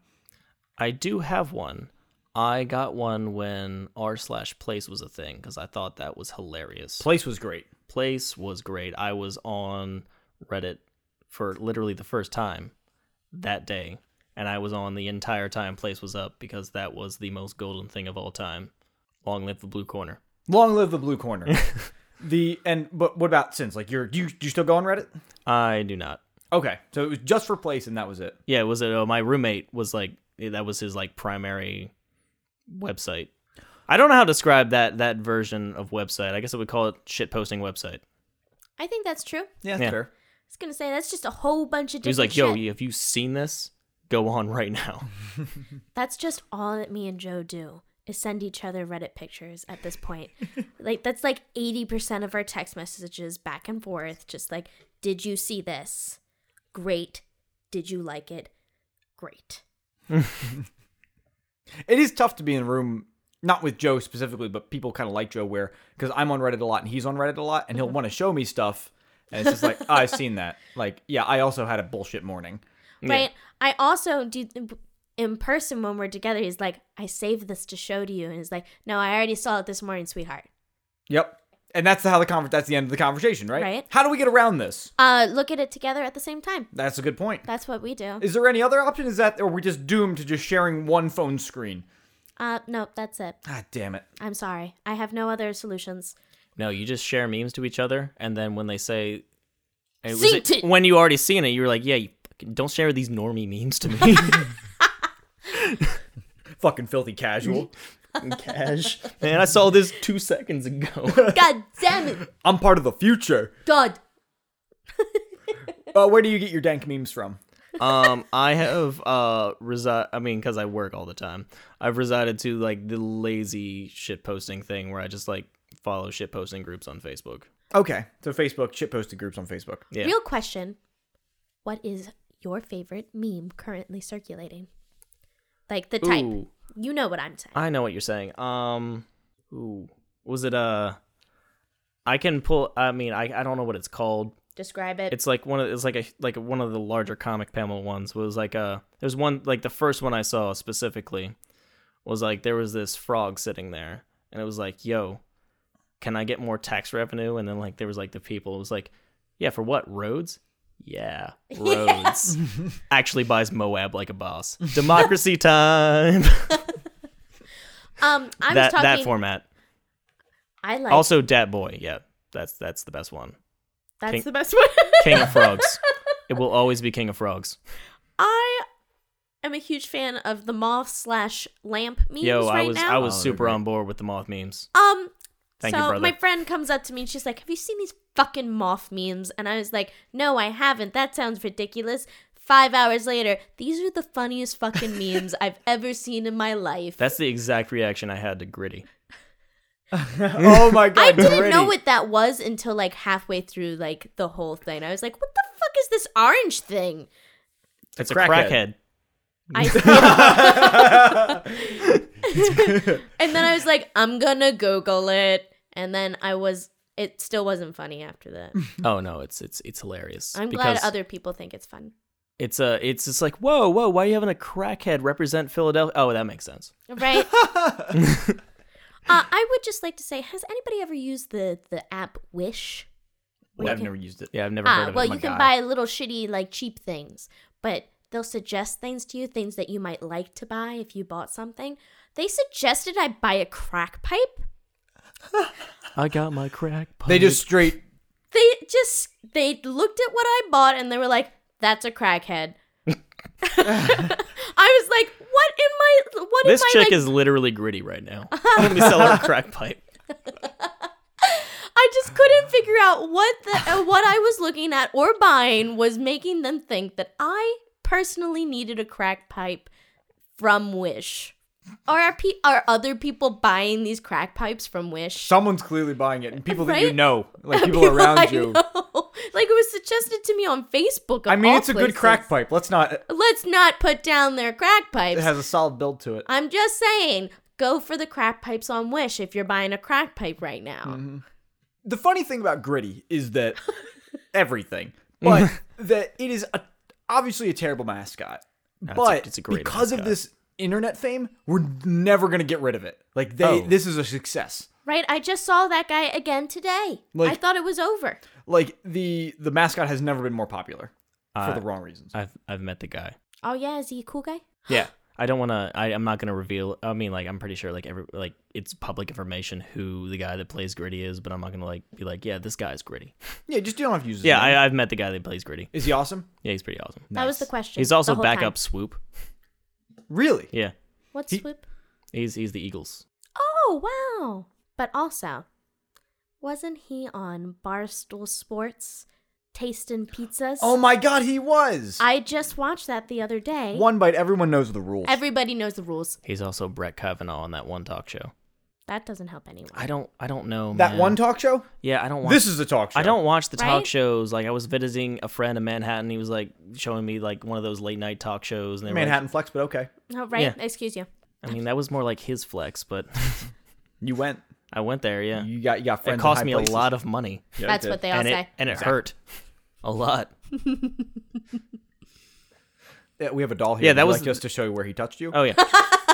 I do have one. I got one when r slash place was a thing because I thought that was hilarious. Place was great. place was great. I was on Reddit for literally the first time that day, and I was on the entire time place was up because that was the most golden thing of all time. Long live the blue corner. Long live the blue *laughs* corner. the and but what about since like you're do you, do you still go on Reddit? I do not. Okay, so it was just for place and that was it. Yeah, it was it? Uh, my roommate was like eh, that was his like primary website. I don't know how to describe that that version of website. I guess I would call it shit posting website. I think that's true. Yeah, Yeah. fair. was gonna say that's just a whole bunch of He was different. like, "Yo, shit. have you seen this? Go on *laughs* right now." that's just all that me and Joe do is send each other Reddit pictures at this *laughs* point. like that's like eighty percent of our text messages back and forth. Just like, did you see this? Great. Did you like it? Great. It is tough to be in a room not with Joe specifically, but people kind of like Joe where because I'm on Reddit a lot and he's on Reddit a lot and he'll want to show me stuff and it's just like "Oh, I've seen that. Like yeah, I also had a bullshit morning. Right. I also do in person when we're together. He's like, I saved this to show to you, and he's like, No, I already saw it this morning, sweetheart. Yep. And that's how the conver- that's the end of the conversation, right? Right. How do we get around this? Uh, look at it together at the same time. That's a good point. That's what we do. Is there any other option? Is that, or we just doomed to just sharing one phone screen? Uh, no, that's it. Ah, damn it. I'm sorry. I have no other solutions. No, you just share memes to each other, and then when they say, and was Seen it- it. when you already seen it, you were like, yeah, you fucking don't share these normie memes to *laughs* me. Fucking filthy casual. Cash. Man, I saw this two seconds *laughs* ago. *laughs* God damn it, I'm part of the future. God. Uh, where do you get your dank memes from? um, I have uh resi- I mean, because I work all the time, I've resided to like the lazy shit posting thing where I just like follow shit posting groups on Facebook. Okay, so Facebook shit posted groups on *laughs* Facebook. Yeah. Real question: What is your favorite meme currently circulating? Like the type. Ooh. You know what I'm saying. I know what you're saying. Um, ooh, was it uh? I can pull. I mean, I, I don't know what it's called. Describe it. *laughs* It's like one of it's like a like one of the larger comic panel ones was like uh there's one like the first one I saw specifically was like there was this frog sitting there and it was like yo can I get more tax revenue and then like there was like the people it was like yeah for what roads yeah roads actually buys Moab like a boss democracy time *laughs* um, I that was talking. that format I like. also, Dat Boy. Yeah, that's that's the best one. that's King- the best *laughs* one. King *laughs* of Frogs. It will always be King of Frogs. I am a huge fan of the moth slash lamp memes Yo, right I was now. I was Oh, they're super great. on board with the moth memes. Um, Thank you, so brother. my friend comes up to me and she's like, "Have you seen these fucking moth memes?" And I was like, "No, I haven't. That sounds ridiculous." Five hours later, these are the funniest fucking *laughs* memes I've ever seen in my life. That's the exact reaction I had to Gritty. oh my god, I didn't gritty. know what that was until like halfway through like the whole thing. I was like, "What the fuck is this orange thing?" It's a crackhead. crackhead. *laughs* I *laughs* and then I was like, I'm gonna Google it, and then I was. It still wasn't funny after *laughs* that. *clears throat* Oh no, it's it's it's hilarious. I'm because glad other people think it's fun. it's a it's just like whoa whoa why are you having a crackhead represent Philadelphia? Oh, that makes sense. Right? uh, I would just like to say, has anybody ever used the the app Wish? Where you I've can- never used it. Yeah, I've never heard Ah, of well, it. Oh you can buy little shitty like cheap things, but they'll suggest things to you, things that you might like to buy if you bought something. They suggested I buy a crack pipe. I got my *laughs* crack. They just straight. They just they looked at what I bought and they were like, "That's a *laughs* crackhead." *laughs* I was like, "What in my what This in my chick like, is literally Gritty right *laughs* now. Let me sell her a crack pipe. I just couldn't figure out what the uh, what I was looking at or buying was making them think that I personally needed a crack pipe from Wish. Are our pe- are other people buying these crack pipes from Wish? *laughs* Someone's clearly buying it, and people that you Right? know, *laughs* like people, around I you. know. *laughs* Like it was suggested to me on Facebook. of I mean, all it's a good places. crack pipe. Let's not. It Let's not put down their crack pipes. has a solid build to it. I'm just saying, go for the crack pipes on Wish if you're buying a crack pipe right now. Mm-hmm. The funny thing about gritty is *laughs* that *laughs* everything, but that it is a, obviously a terrible mascot. it's a- but it's a great because of mascot. this internet fame, we're never gonna get rid of it. Like they, Oh. this is a success. Right? I just saw that guy again today. I Like- thought it was over. Like the the mascot has never been more popular Uh, for the wrong reasons. I've I've met the guy. Oh yeah, is he a cool guy? Yeah. I don't want to. I'm not going to reveal. I mean, like, I'm pretty sure, like, every like it's public information who the guy that plays Gritty is, but I'm not going to like be like, yeah, this guy's Gritty. yeah, just you don't have to use. His Yeah, name. I, I've met the guy that plays Gritty. is he awesome? Yeah, he's pretty awesome. That was the question. He's also the whole backup time. Swoop. Really? Yeah, What's He- swoop? he's he's the Eagles. Oh wow! But also, wasn't he on Barstool Sports tasting pizzas? Oh my god, he was. I just watched that the other day. One bite. Everyone knows the rules. Everybody knows the rules. He's also Brett Kavanaugh on that one talk show. That doesn't help anyone. I don't. I don't know that man. one talk show. Yeah, I don't. Watch, This is a talk show. I don't watch the talk Right? shows. Like, I was visiting a friend in Manhattan. He was like showing me like one of those late night talk shows, and they were, like- Manhattan Flex, but okay, Oh, right? Yeah. Excuse you. I mean, that was more like his flex, but *laughs* you went. I went there. Yeah, You got you got friends. it cost me a lot of money That's what they all and say. it, and it hurt a lot Yeah, we have a doll here. Yeah, that Would you was like the- just to show you where he touched you. *laughs* oh yeah *laughs*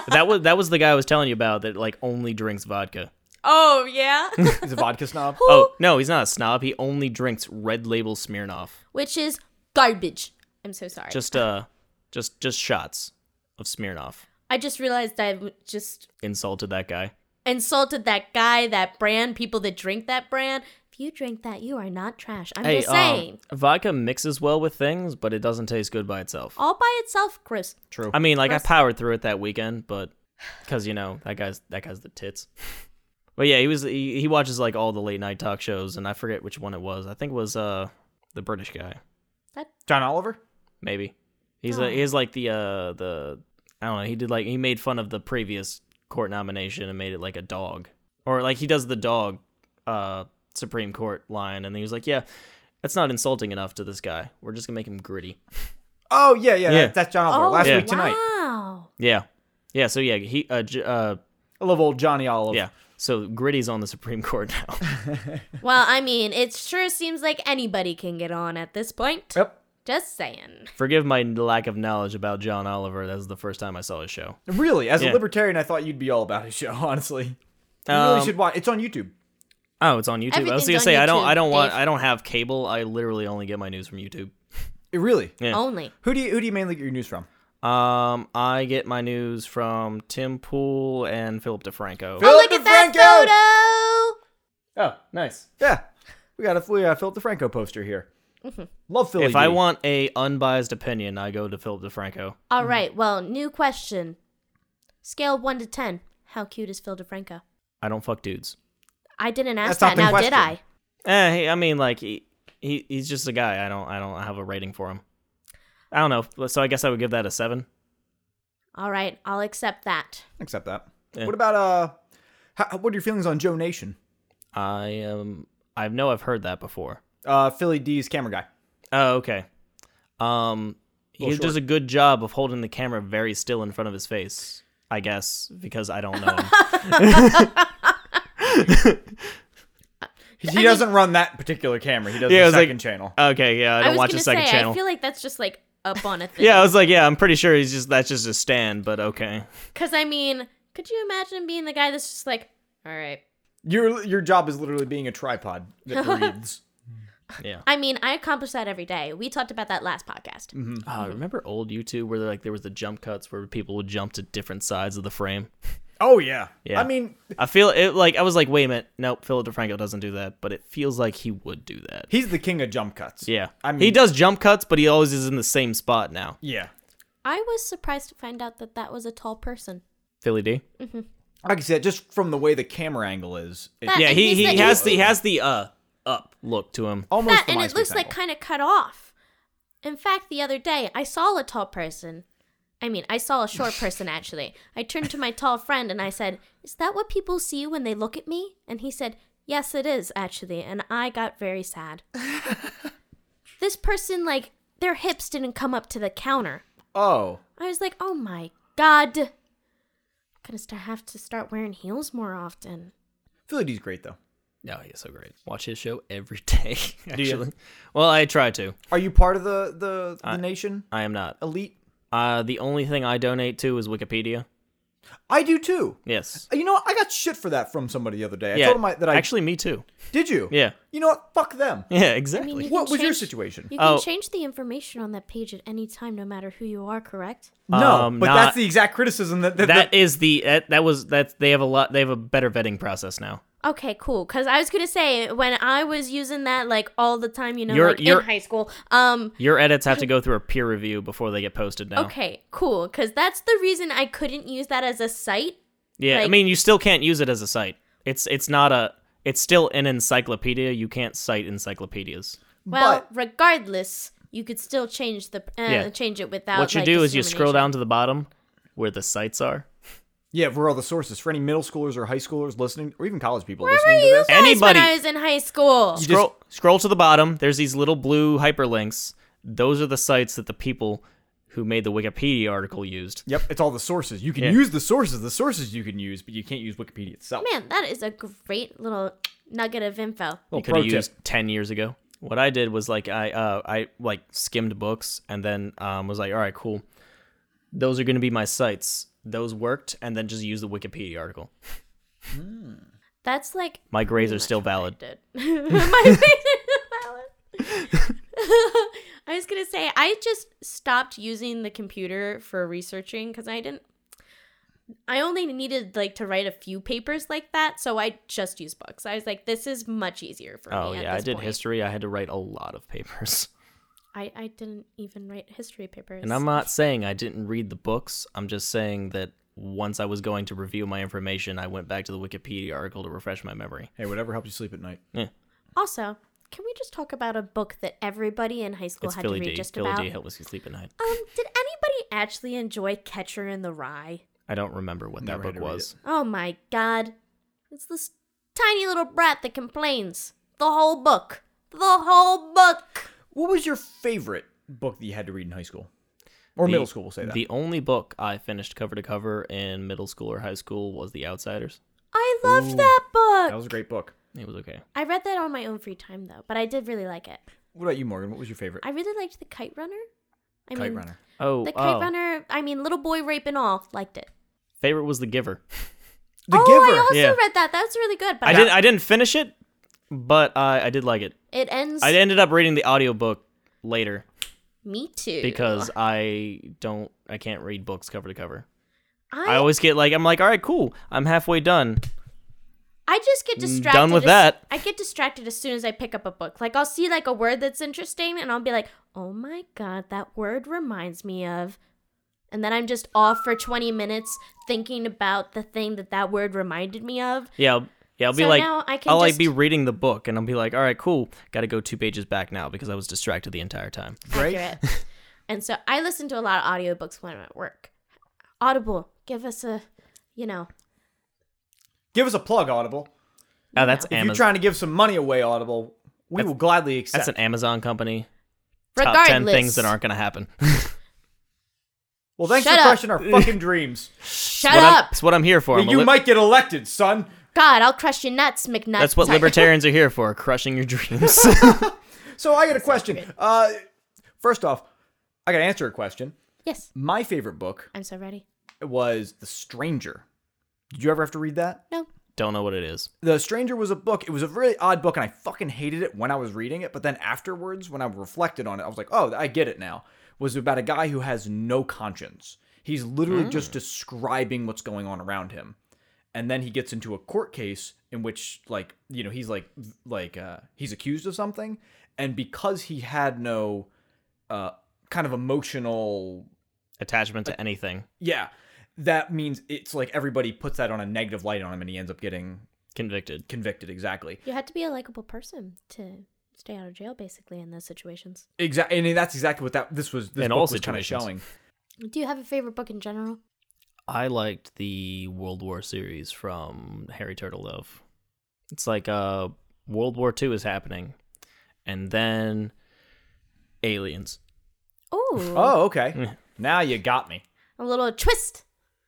that was that was the guy i was telling you about that like only drinks vodka oh *laughs* yeah. He's a vodka snob. oh no he's not a snob he only drinks red label smirnoff Which is garbage. I'm so sorry. just uh just just shots of smirnoff I just realized I w- just insulted that guy insulted that guy, that brand, people that drink that brand. If you drink that, you are not trash. I'm hey, just saying. um, vodka mixes well with things, but it doesn't taste good by itself. All by itself, Chris. True. I mean, like I Gross. powered through it that weekend, but because you know that guy's that guy's the tits. *laughs* But yeah, he was he, he watches like all the late night talk shows, and I forget which one it was. I think it was uh the British guy, John Oliver. maybe. He's a, he's like the uh the I don't know. He did like he made fun of the previous court nomination and made it like a dog, or like he does the dog uh Supreme Court line, and he was like, yeah, that's not insulting enough to this guy. We're just gonna make him gritty. Oh yeah, yeah, Yeah. that- that's John Oh, Oliver. Last Yeah. week tonight. Wow. Yeah, yeah. So yeah, he uh, J- uh I love old Johnny Oliver. yeah. So gritty's on the Supreme *laughs* Court now. Well, I mean, it sure seems like anybody can get on at this point. Yep. Just saying. Forgive my lack of knowledge about John Oliver. That was the first time I saw his show. Really, as a Yeah. libertarian, I thought you'd be all about his show. *laughs* Honestly, you Um, really should watch. It's on YouTube. Oh, it's on YouTube. I was Everything's gonna on say I don't. YouTube, I don't want. Dave. I don't have cable. I literally only get my news from YouTube. It really. Yeah. Only. Who do you who do you mainly get your news from? Um, I get my news from Tim Pool and Philip DeFranco. Phil- Oh, look at that oh, nice. Yeah, we got a we got a Philip DeFranco poster here. Mm-hmm. Love Philly. If I D. want a unbiased opinion, I go to Philip DeFranco. photo. All right. Well, new question. Scale of one to ten. How cute is Phil DeFranco? I don't fuck dudes. I didn't ask That's not that. the Now question. did I? Eh, he- I mean, like he, he he's just a guy. I don't. I don't have a rating for him. I don't know. So I guess I would give that a seven. All right. I'll accept that. accept that. Yeah. What about uh? How, what are your feelings on Joe Nation? I um. I know I've heard that before. Uh, Philly D's camera guy. Oh, okay. Um, he Little does short. a good job of holding the camera very still in front of his face, I guess, because I don't know *laughs* him. He doesn't run that particular camera. He does Yeah, I the was like- second channel. okay, yeah, I don't was watch gonna his second say, channel. I feel like that's just like up on a *laughs* thing. yeah, I was like, yeah, I'm pretty sure he's just that's just a stand, but okay. Because I mean, could you imagine being the guy that's just like, all right. Your your job is literally being a tripod *laughs* that breathes. Yeah. I mean, I accomplish that every day. We talked about that last podcast. Uh, remember old YouTube where like there was the jump cuts where people would jump to different sides of the *laughs* frame. Oh yeah. Yeah. I mean, I feel it like I was like, wait a minute, nope, Philip DeFranco doesn't do that, but it feels like he would do that. he's the king of jump cuts. yeah, I mean, he does jump cuts, but he always is in the same spot now. Yeah. I was surprised to find out that that was a tall person. Philly D. Like I said, just from the way the camera angle is, it That- Yeah, And he, he's he the- has the, he has the uh up look to him. almost That the and it MySpace looks like angle. kind of cut off. In fact, the other day I saw a tall person. I mean, I saw a short person actually. I turned to my tall friend and I said, "Is that what people see when they look at me?" And he said, "Yes, it is actually." And I got very sad. this person like their hips didn't come up to the counter. oh, I was like, "Oh my god." I'm going to have to start wearing heels more often. Philly D's great though. No, Oh, he's so great. Watch his show every *laughs* day. Actually, well, I try to. Are you part of the the, the nation I am not. elite? Uh, the only thing I donate to is Wikipedia. I do too. Yes. You know, what? I got shit for that from somebody the other day. I yeah. told him I, that I actually me too. did you. Yeah. You know what? Fuck them. *laughs* Yeah. I mean, Exactly. you What can was your change- situation? You can Oh. change the information on that page at any time, no matter who you are, correct? No, Um, but not- that's the exact criticism that that, that is *laughs* the eh, that, that was that they have a lot. They have a better vetting process now. Okay, cool. Because I was gonna say when I was using that like all the time, you know, You're- like you're- in high school. Um. Your edits have to go through a peer review before they get posted now. Okay, cool. Because that's the reason I couldn't use that as a site. Yeah. I Like- mean, you still can't use it as a site. It's it's not a. It's still an encyclopedia. You can't cite encyclopedias. Well, But- regardless, you could still change the uh, Yeah. change it without. what you like, do is you scroll discrimination. down to the bottom where the sites are. yeah, for all the sources for any middle schoolers or high schoolers listening, or even college people Where listening were to you this. guys Anybody- when I was in high school? You scroll scroll to the bottom. There's these little blue hyperlinks. Those are the sites that the people who made the Wikipedia article used. Yep, it's all the sources. You can Yeah. use the sources, the sources you can use, but you can't use Wikipedia itself. Man, that is a great little nugget of info. You Little could have pro tip. used ten years ago. What I did was like I uh, I like skimmed books and then um, was like, all right, cool. Those are going to be my sites. Those worked, and then just use the Wikipedia article. That's like My grades are still valid. did. *laughs* My face is valid. *laughs* I was gonna say I just stopped using the computer for researching because I didn't. I only needed like to write a few papers like that, so I just used books. I was like, this is much easier for Oh me. at yeah, I this did point. history. I had to write a lot of papers. *laughs* I, I didn't even write history papers. And I'm not saying I didn't read the books. I'm just saying that once I was going to review my information, I went back to the Wikipedia article to refresh my memory. Hey, whatever helps you sleep at night. also, can we just talk about a book that everybody in high school it's had Philly to read D. just Philly about? D helped us sleep at night. Um, did anybody actually enjoy Catcher in the Rye? I don't remember what Never that had book to read was. Oh my god. It's this tiny little brat that complains. The whole book. The whole book. What was your favorite book that you had to read in high school? Or The- middle school, we'll say that. The only book I finished cover to cover in middle school or high school was The Outsiders. I loved Ooh, that book. that was a great book. It was okay. I read that on my own free time though, but I did really like it. What about you, Morgan? What was your favorite? I really liked The Kite Runner. I Kite mean, Runner. Oh, The Kite oh. Runner, I mean, Little Boy Rape and all, liked it. favorite was The Giver. The oh, I Giver. also Yeah. read that. That's really good. But I didn't I didn't finish it, but I I did like it. It ends. I ended up reading the audiobook later Me too. because I don't I can't read books cover to cover. I I, always get like I'm like, all right, cool. I'm halfway done. I just get distracted. Mm, done with as- that. I get distracted as soon as I pick up a book. Like I'll see like a word that's interesting, and I'll be like, "Oh my god, that word reminds me of," and then I'm just off for 20 minutes thinking about the thing that that word reminded me of. Yeah, I'll- yeah. I'll be So like, now I can will like just- be reading the book, and I'll be like, all right, cool. Got to go two pages back now because I was distracted the entire time. Right? *laughs* Accurate. and so I listen to a lot of audiobooks when I'm at work. Audible, give us a, you know, Give us a plug, Audible. Oh, that's If you're Amazon. trying to give some money away, Audible, we will gladly accept. That's an Amazon company. regardless. Top ten things that aren't gonna happen. *laughs* well, thanks Shut for up. crushing our fucking *laughs* dreams. Shut What I'm- up, That's what I'm here for. I'm a you li- might get elected, son. God! I'll crush your nuts, McNuts. *laughs* That's what libertarians are here for: crushing your dreams. *laughs* So I got a question. Uh, first off, I got to answer a question. yes, My favorite book I'm so ready. was The Stranger. Did you ever have to read that? No, don't know what it is. The Stranger was a book. It was a really odd book, and I fucking hated it when I was reading it. But then afterwards, when I reflected on it, I was like, oh, I get it now. Was about a guy who has no conscience. He's literally just describing what's going on around him. And then he gets into a court case in which, like, you know, he's like, like, uh, he's accused of something. And because he had no uh, kind of emotional Attachment to anything yeah, that means it's like everybody puts that on a negative light on him and he ends up getting convicted. convicted. Exactly. You had to be a likable person to stay out of jail, basically, in those situations. Exactly. And that's exactly what that this was this In book all was kind of situations. showing. Do you have a favorite book in general? I liked the World War series from Harry Turtledove. It's like uh World War II is happening, and then aliens. Ooh, Oh, okay. now you got me. a little twist.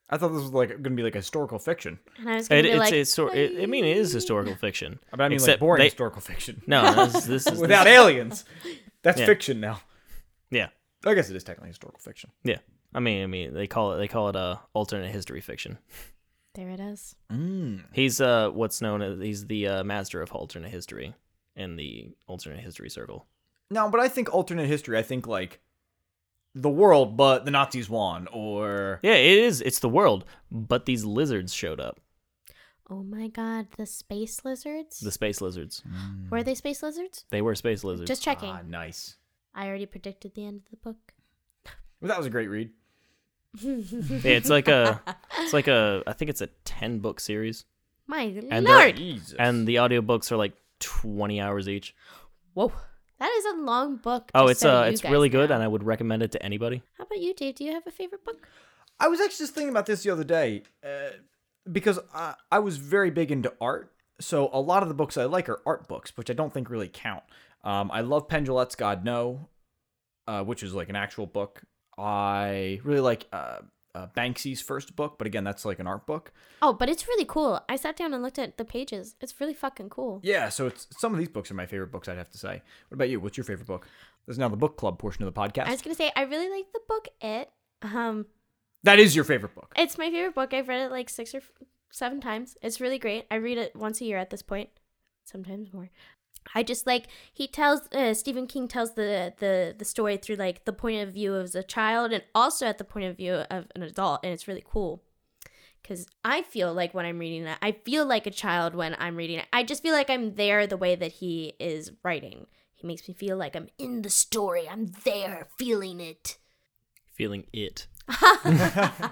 I thought this was like going to be like historical fiction. And I was gonna It, be it's like, it's sort. It, I mean, it is historical fiction. I mean, I mean like except boring they- historical fiction. *laughs* No, this, *laughs* this is *laughs* Without this- aliens. That's Yeah. fiction now. Yeah, I guess it is technically historical fiction. yeah. I mean, I mean, they call it they call it uh, alternate history fiction. there it is. Mm. He's uh what's known as he's the uh, master of alternate history in the alternate history circle. No, but I think alternate history, I think like the world, but the Nazis won, or Yeah, it is. It's the world, but these lizards showed up. Oh my God, the space lizards. The space lizards. Were they space lizards? They were space lizards. Just checking. ah, nice. I already predicted the end of the book. Well, that was a great read. Yeah, it's *laughs* like a it's like a I think it's a 10 book series My and they're- lord! Jesus. and the audiobooks are like 20 hours each. Whoa, that is a long book. Oh, just it's so uh you it's guys really good know. and I would recommend it to anybody. How about you, Dave? Do you have a favorite book? I was actually just thinking about this the other day uh, because I, I was very big into art. So a lot of the books I like are art books, which I don't think really count. Um, I love Pendulette's God No, uh, which is like an actual book. I really like uh, uh, Banksy's first book, but again, that's like an art book. Oh, but it's really cool. I sat down and looked at the pages. It's really fucking cool. Yeah, so it's some of these books are my favorite books. I'd have to say. What about you? What's your favorite book? This is now the book club portion of the podcast. I was gonna say I really like the book It. Um, that is your favorite book. It's my favorite book. I've read it like six or f- seven times. It's really great. I read it once a year at this point, sometimes more. I just like he tells uh, Stephen King tells the the the story through like the point of view of a child and also at the point of view of an adult, and it's really cool because I feel like when I'm reading it, I feel like a child when I'm reading it. I just feel like I'm there the way that he is writing. He makes me feel like I'm in the story. I'm there feeling it. Feeling it. I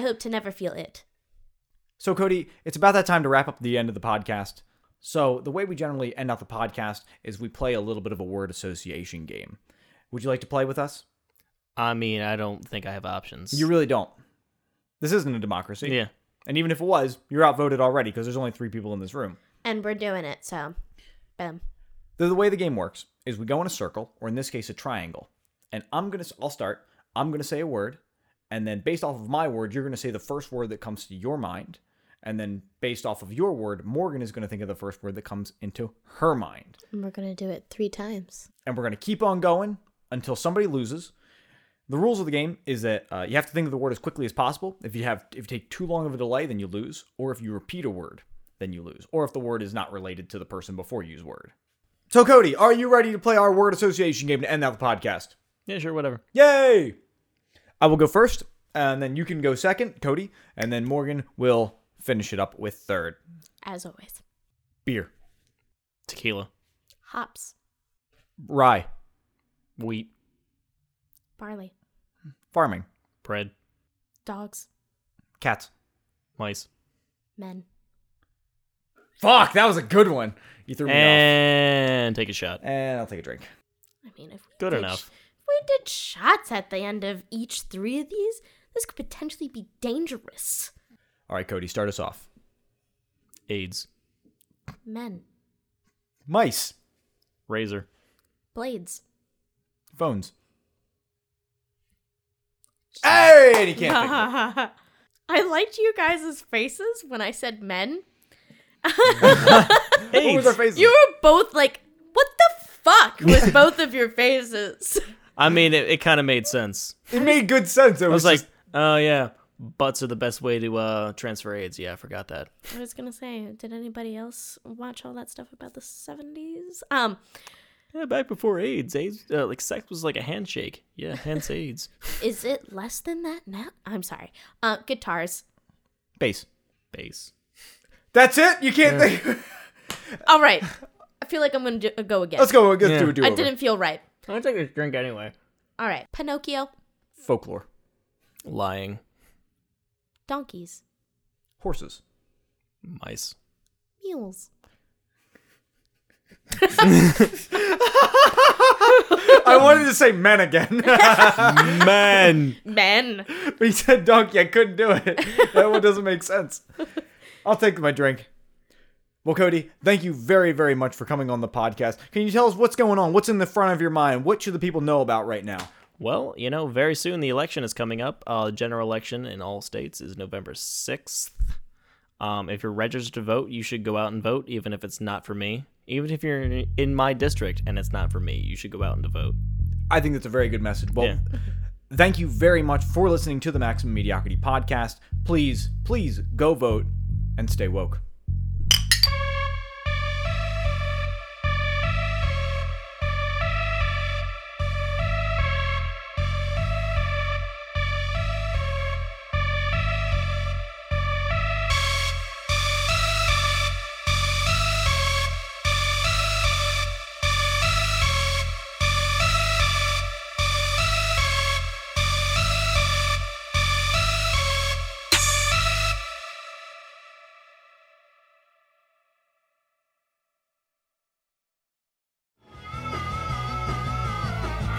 hope to never feel it. So, Cody, it's about that time to wrap up the end of the podcast. So, the way we generally end out the podcast is we play a little bit of a word association game. Would you like to play with us? I mean, I don't think I have options. You really don't. This isn't a democracy. yeah. And even if it was, you're outvoted already because there's only three people in this room. And we're doing it, so boom. The, the way the game works is we go in a circle, or in this case, a triangle. And I'm gonna, s- I'll start. I'm gonna say a word, and then based off of my word, you're gonna say the first word that comes to your mind. And then based off of your word, Morgan is gonna think of the first word that comes into her mind. And we're gonna do it three times. and we're going to keep on going until somebody loses. The rules of the game is that uh, you have to think of the word as quickly as possible. If you have, if you take too long of a delay, then you lose. Or if you repeat a word, then you lose. Or if the word is not related to the person before you's word. So, Cody, are you ready to play our word association game to end out the podcast? Yeah, sure, whatever. Yay! I will go first, and then you can go second, Cody, and then Morgan will finish it up with third. As always. Beer, Tequila, Hops. rye, wheat, Barley. farming, bread, Dogs. cats. mice. Men. Fuck, that was a good one. You threw me off. And take a shot. And I'll take a drink. I mean, if we Good did enough. sh- if we did shots at the end of each three of these, this could potentially be dangerous. All right, Cody, start us off. AIDS, Men. Mice, razor, Blades. phones. Hey, and he can't think *laughs* of it. *laughs* I liked you guys' faces when I said men. *laughs* What was our faces? You were both like, what the fuck *laughs* with both of your faces? I mean, it, it kind of made sense. it made good sense. It I was, was like, just- oh yeah, butts are the best way to uh, transfer AIDS. Yeah, I forgot that. I was gonna say, did anybody else watch all that stuff about the 70s? Um, Yeah, back before AIDS, AIDS uh, like sex was like a handshake. Yeah, hence *laughs* AIDS. is it less than that now? I'm sorry. Uh, guitars. bass. Base. That's it. You can't think. All right. I feel like I'm gonna do- go again. Let's go. Let's Yeah. do a do I over. didn't feel right. I'm gonna take a drink anyway. All right. Pinocchio. Folklore, Lying, Donkeys. horses, mice, Mules. I wanted to say men *laughs* again, men. Men. *laughs* but he said donkey. I couldn't do *laughs* it. That one doesn't make sense. I'll take my drink. Well, Cody, thank you very, very much for coming on the podcast. Can you tell us what's going on? What's in the front of your mind? What should the people know about right now? Well, you know, very soon the election is coming up. Uh, general election in all states is November 6th. Um, if you're registered to vote, you should go out and vote, even if it's not for me. Even if you're in- in my district and it's not for me, you should go out and vote. I think that's a very good message. Well, Yeah. thank you very much for listening to the Maximum Mediocrity podcast. Please, please go vote and stay woke.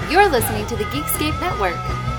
You're listening to the Geekscape Network.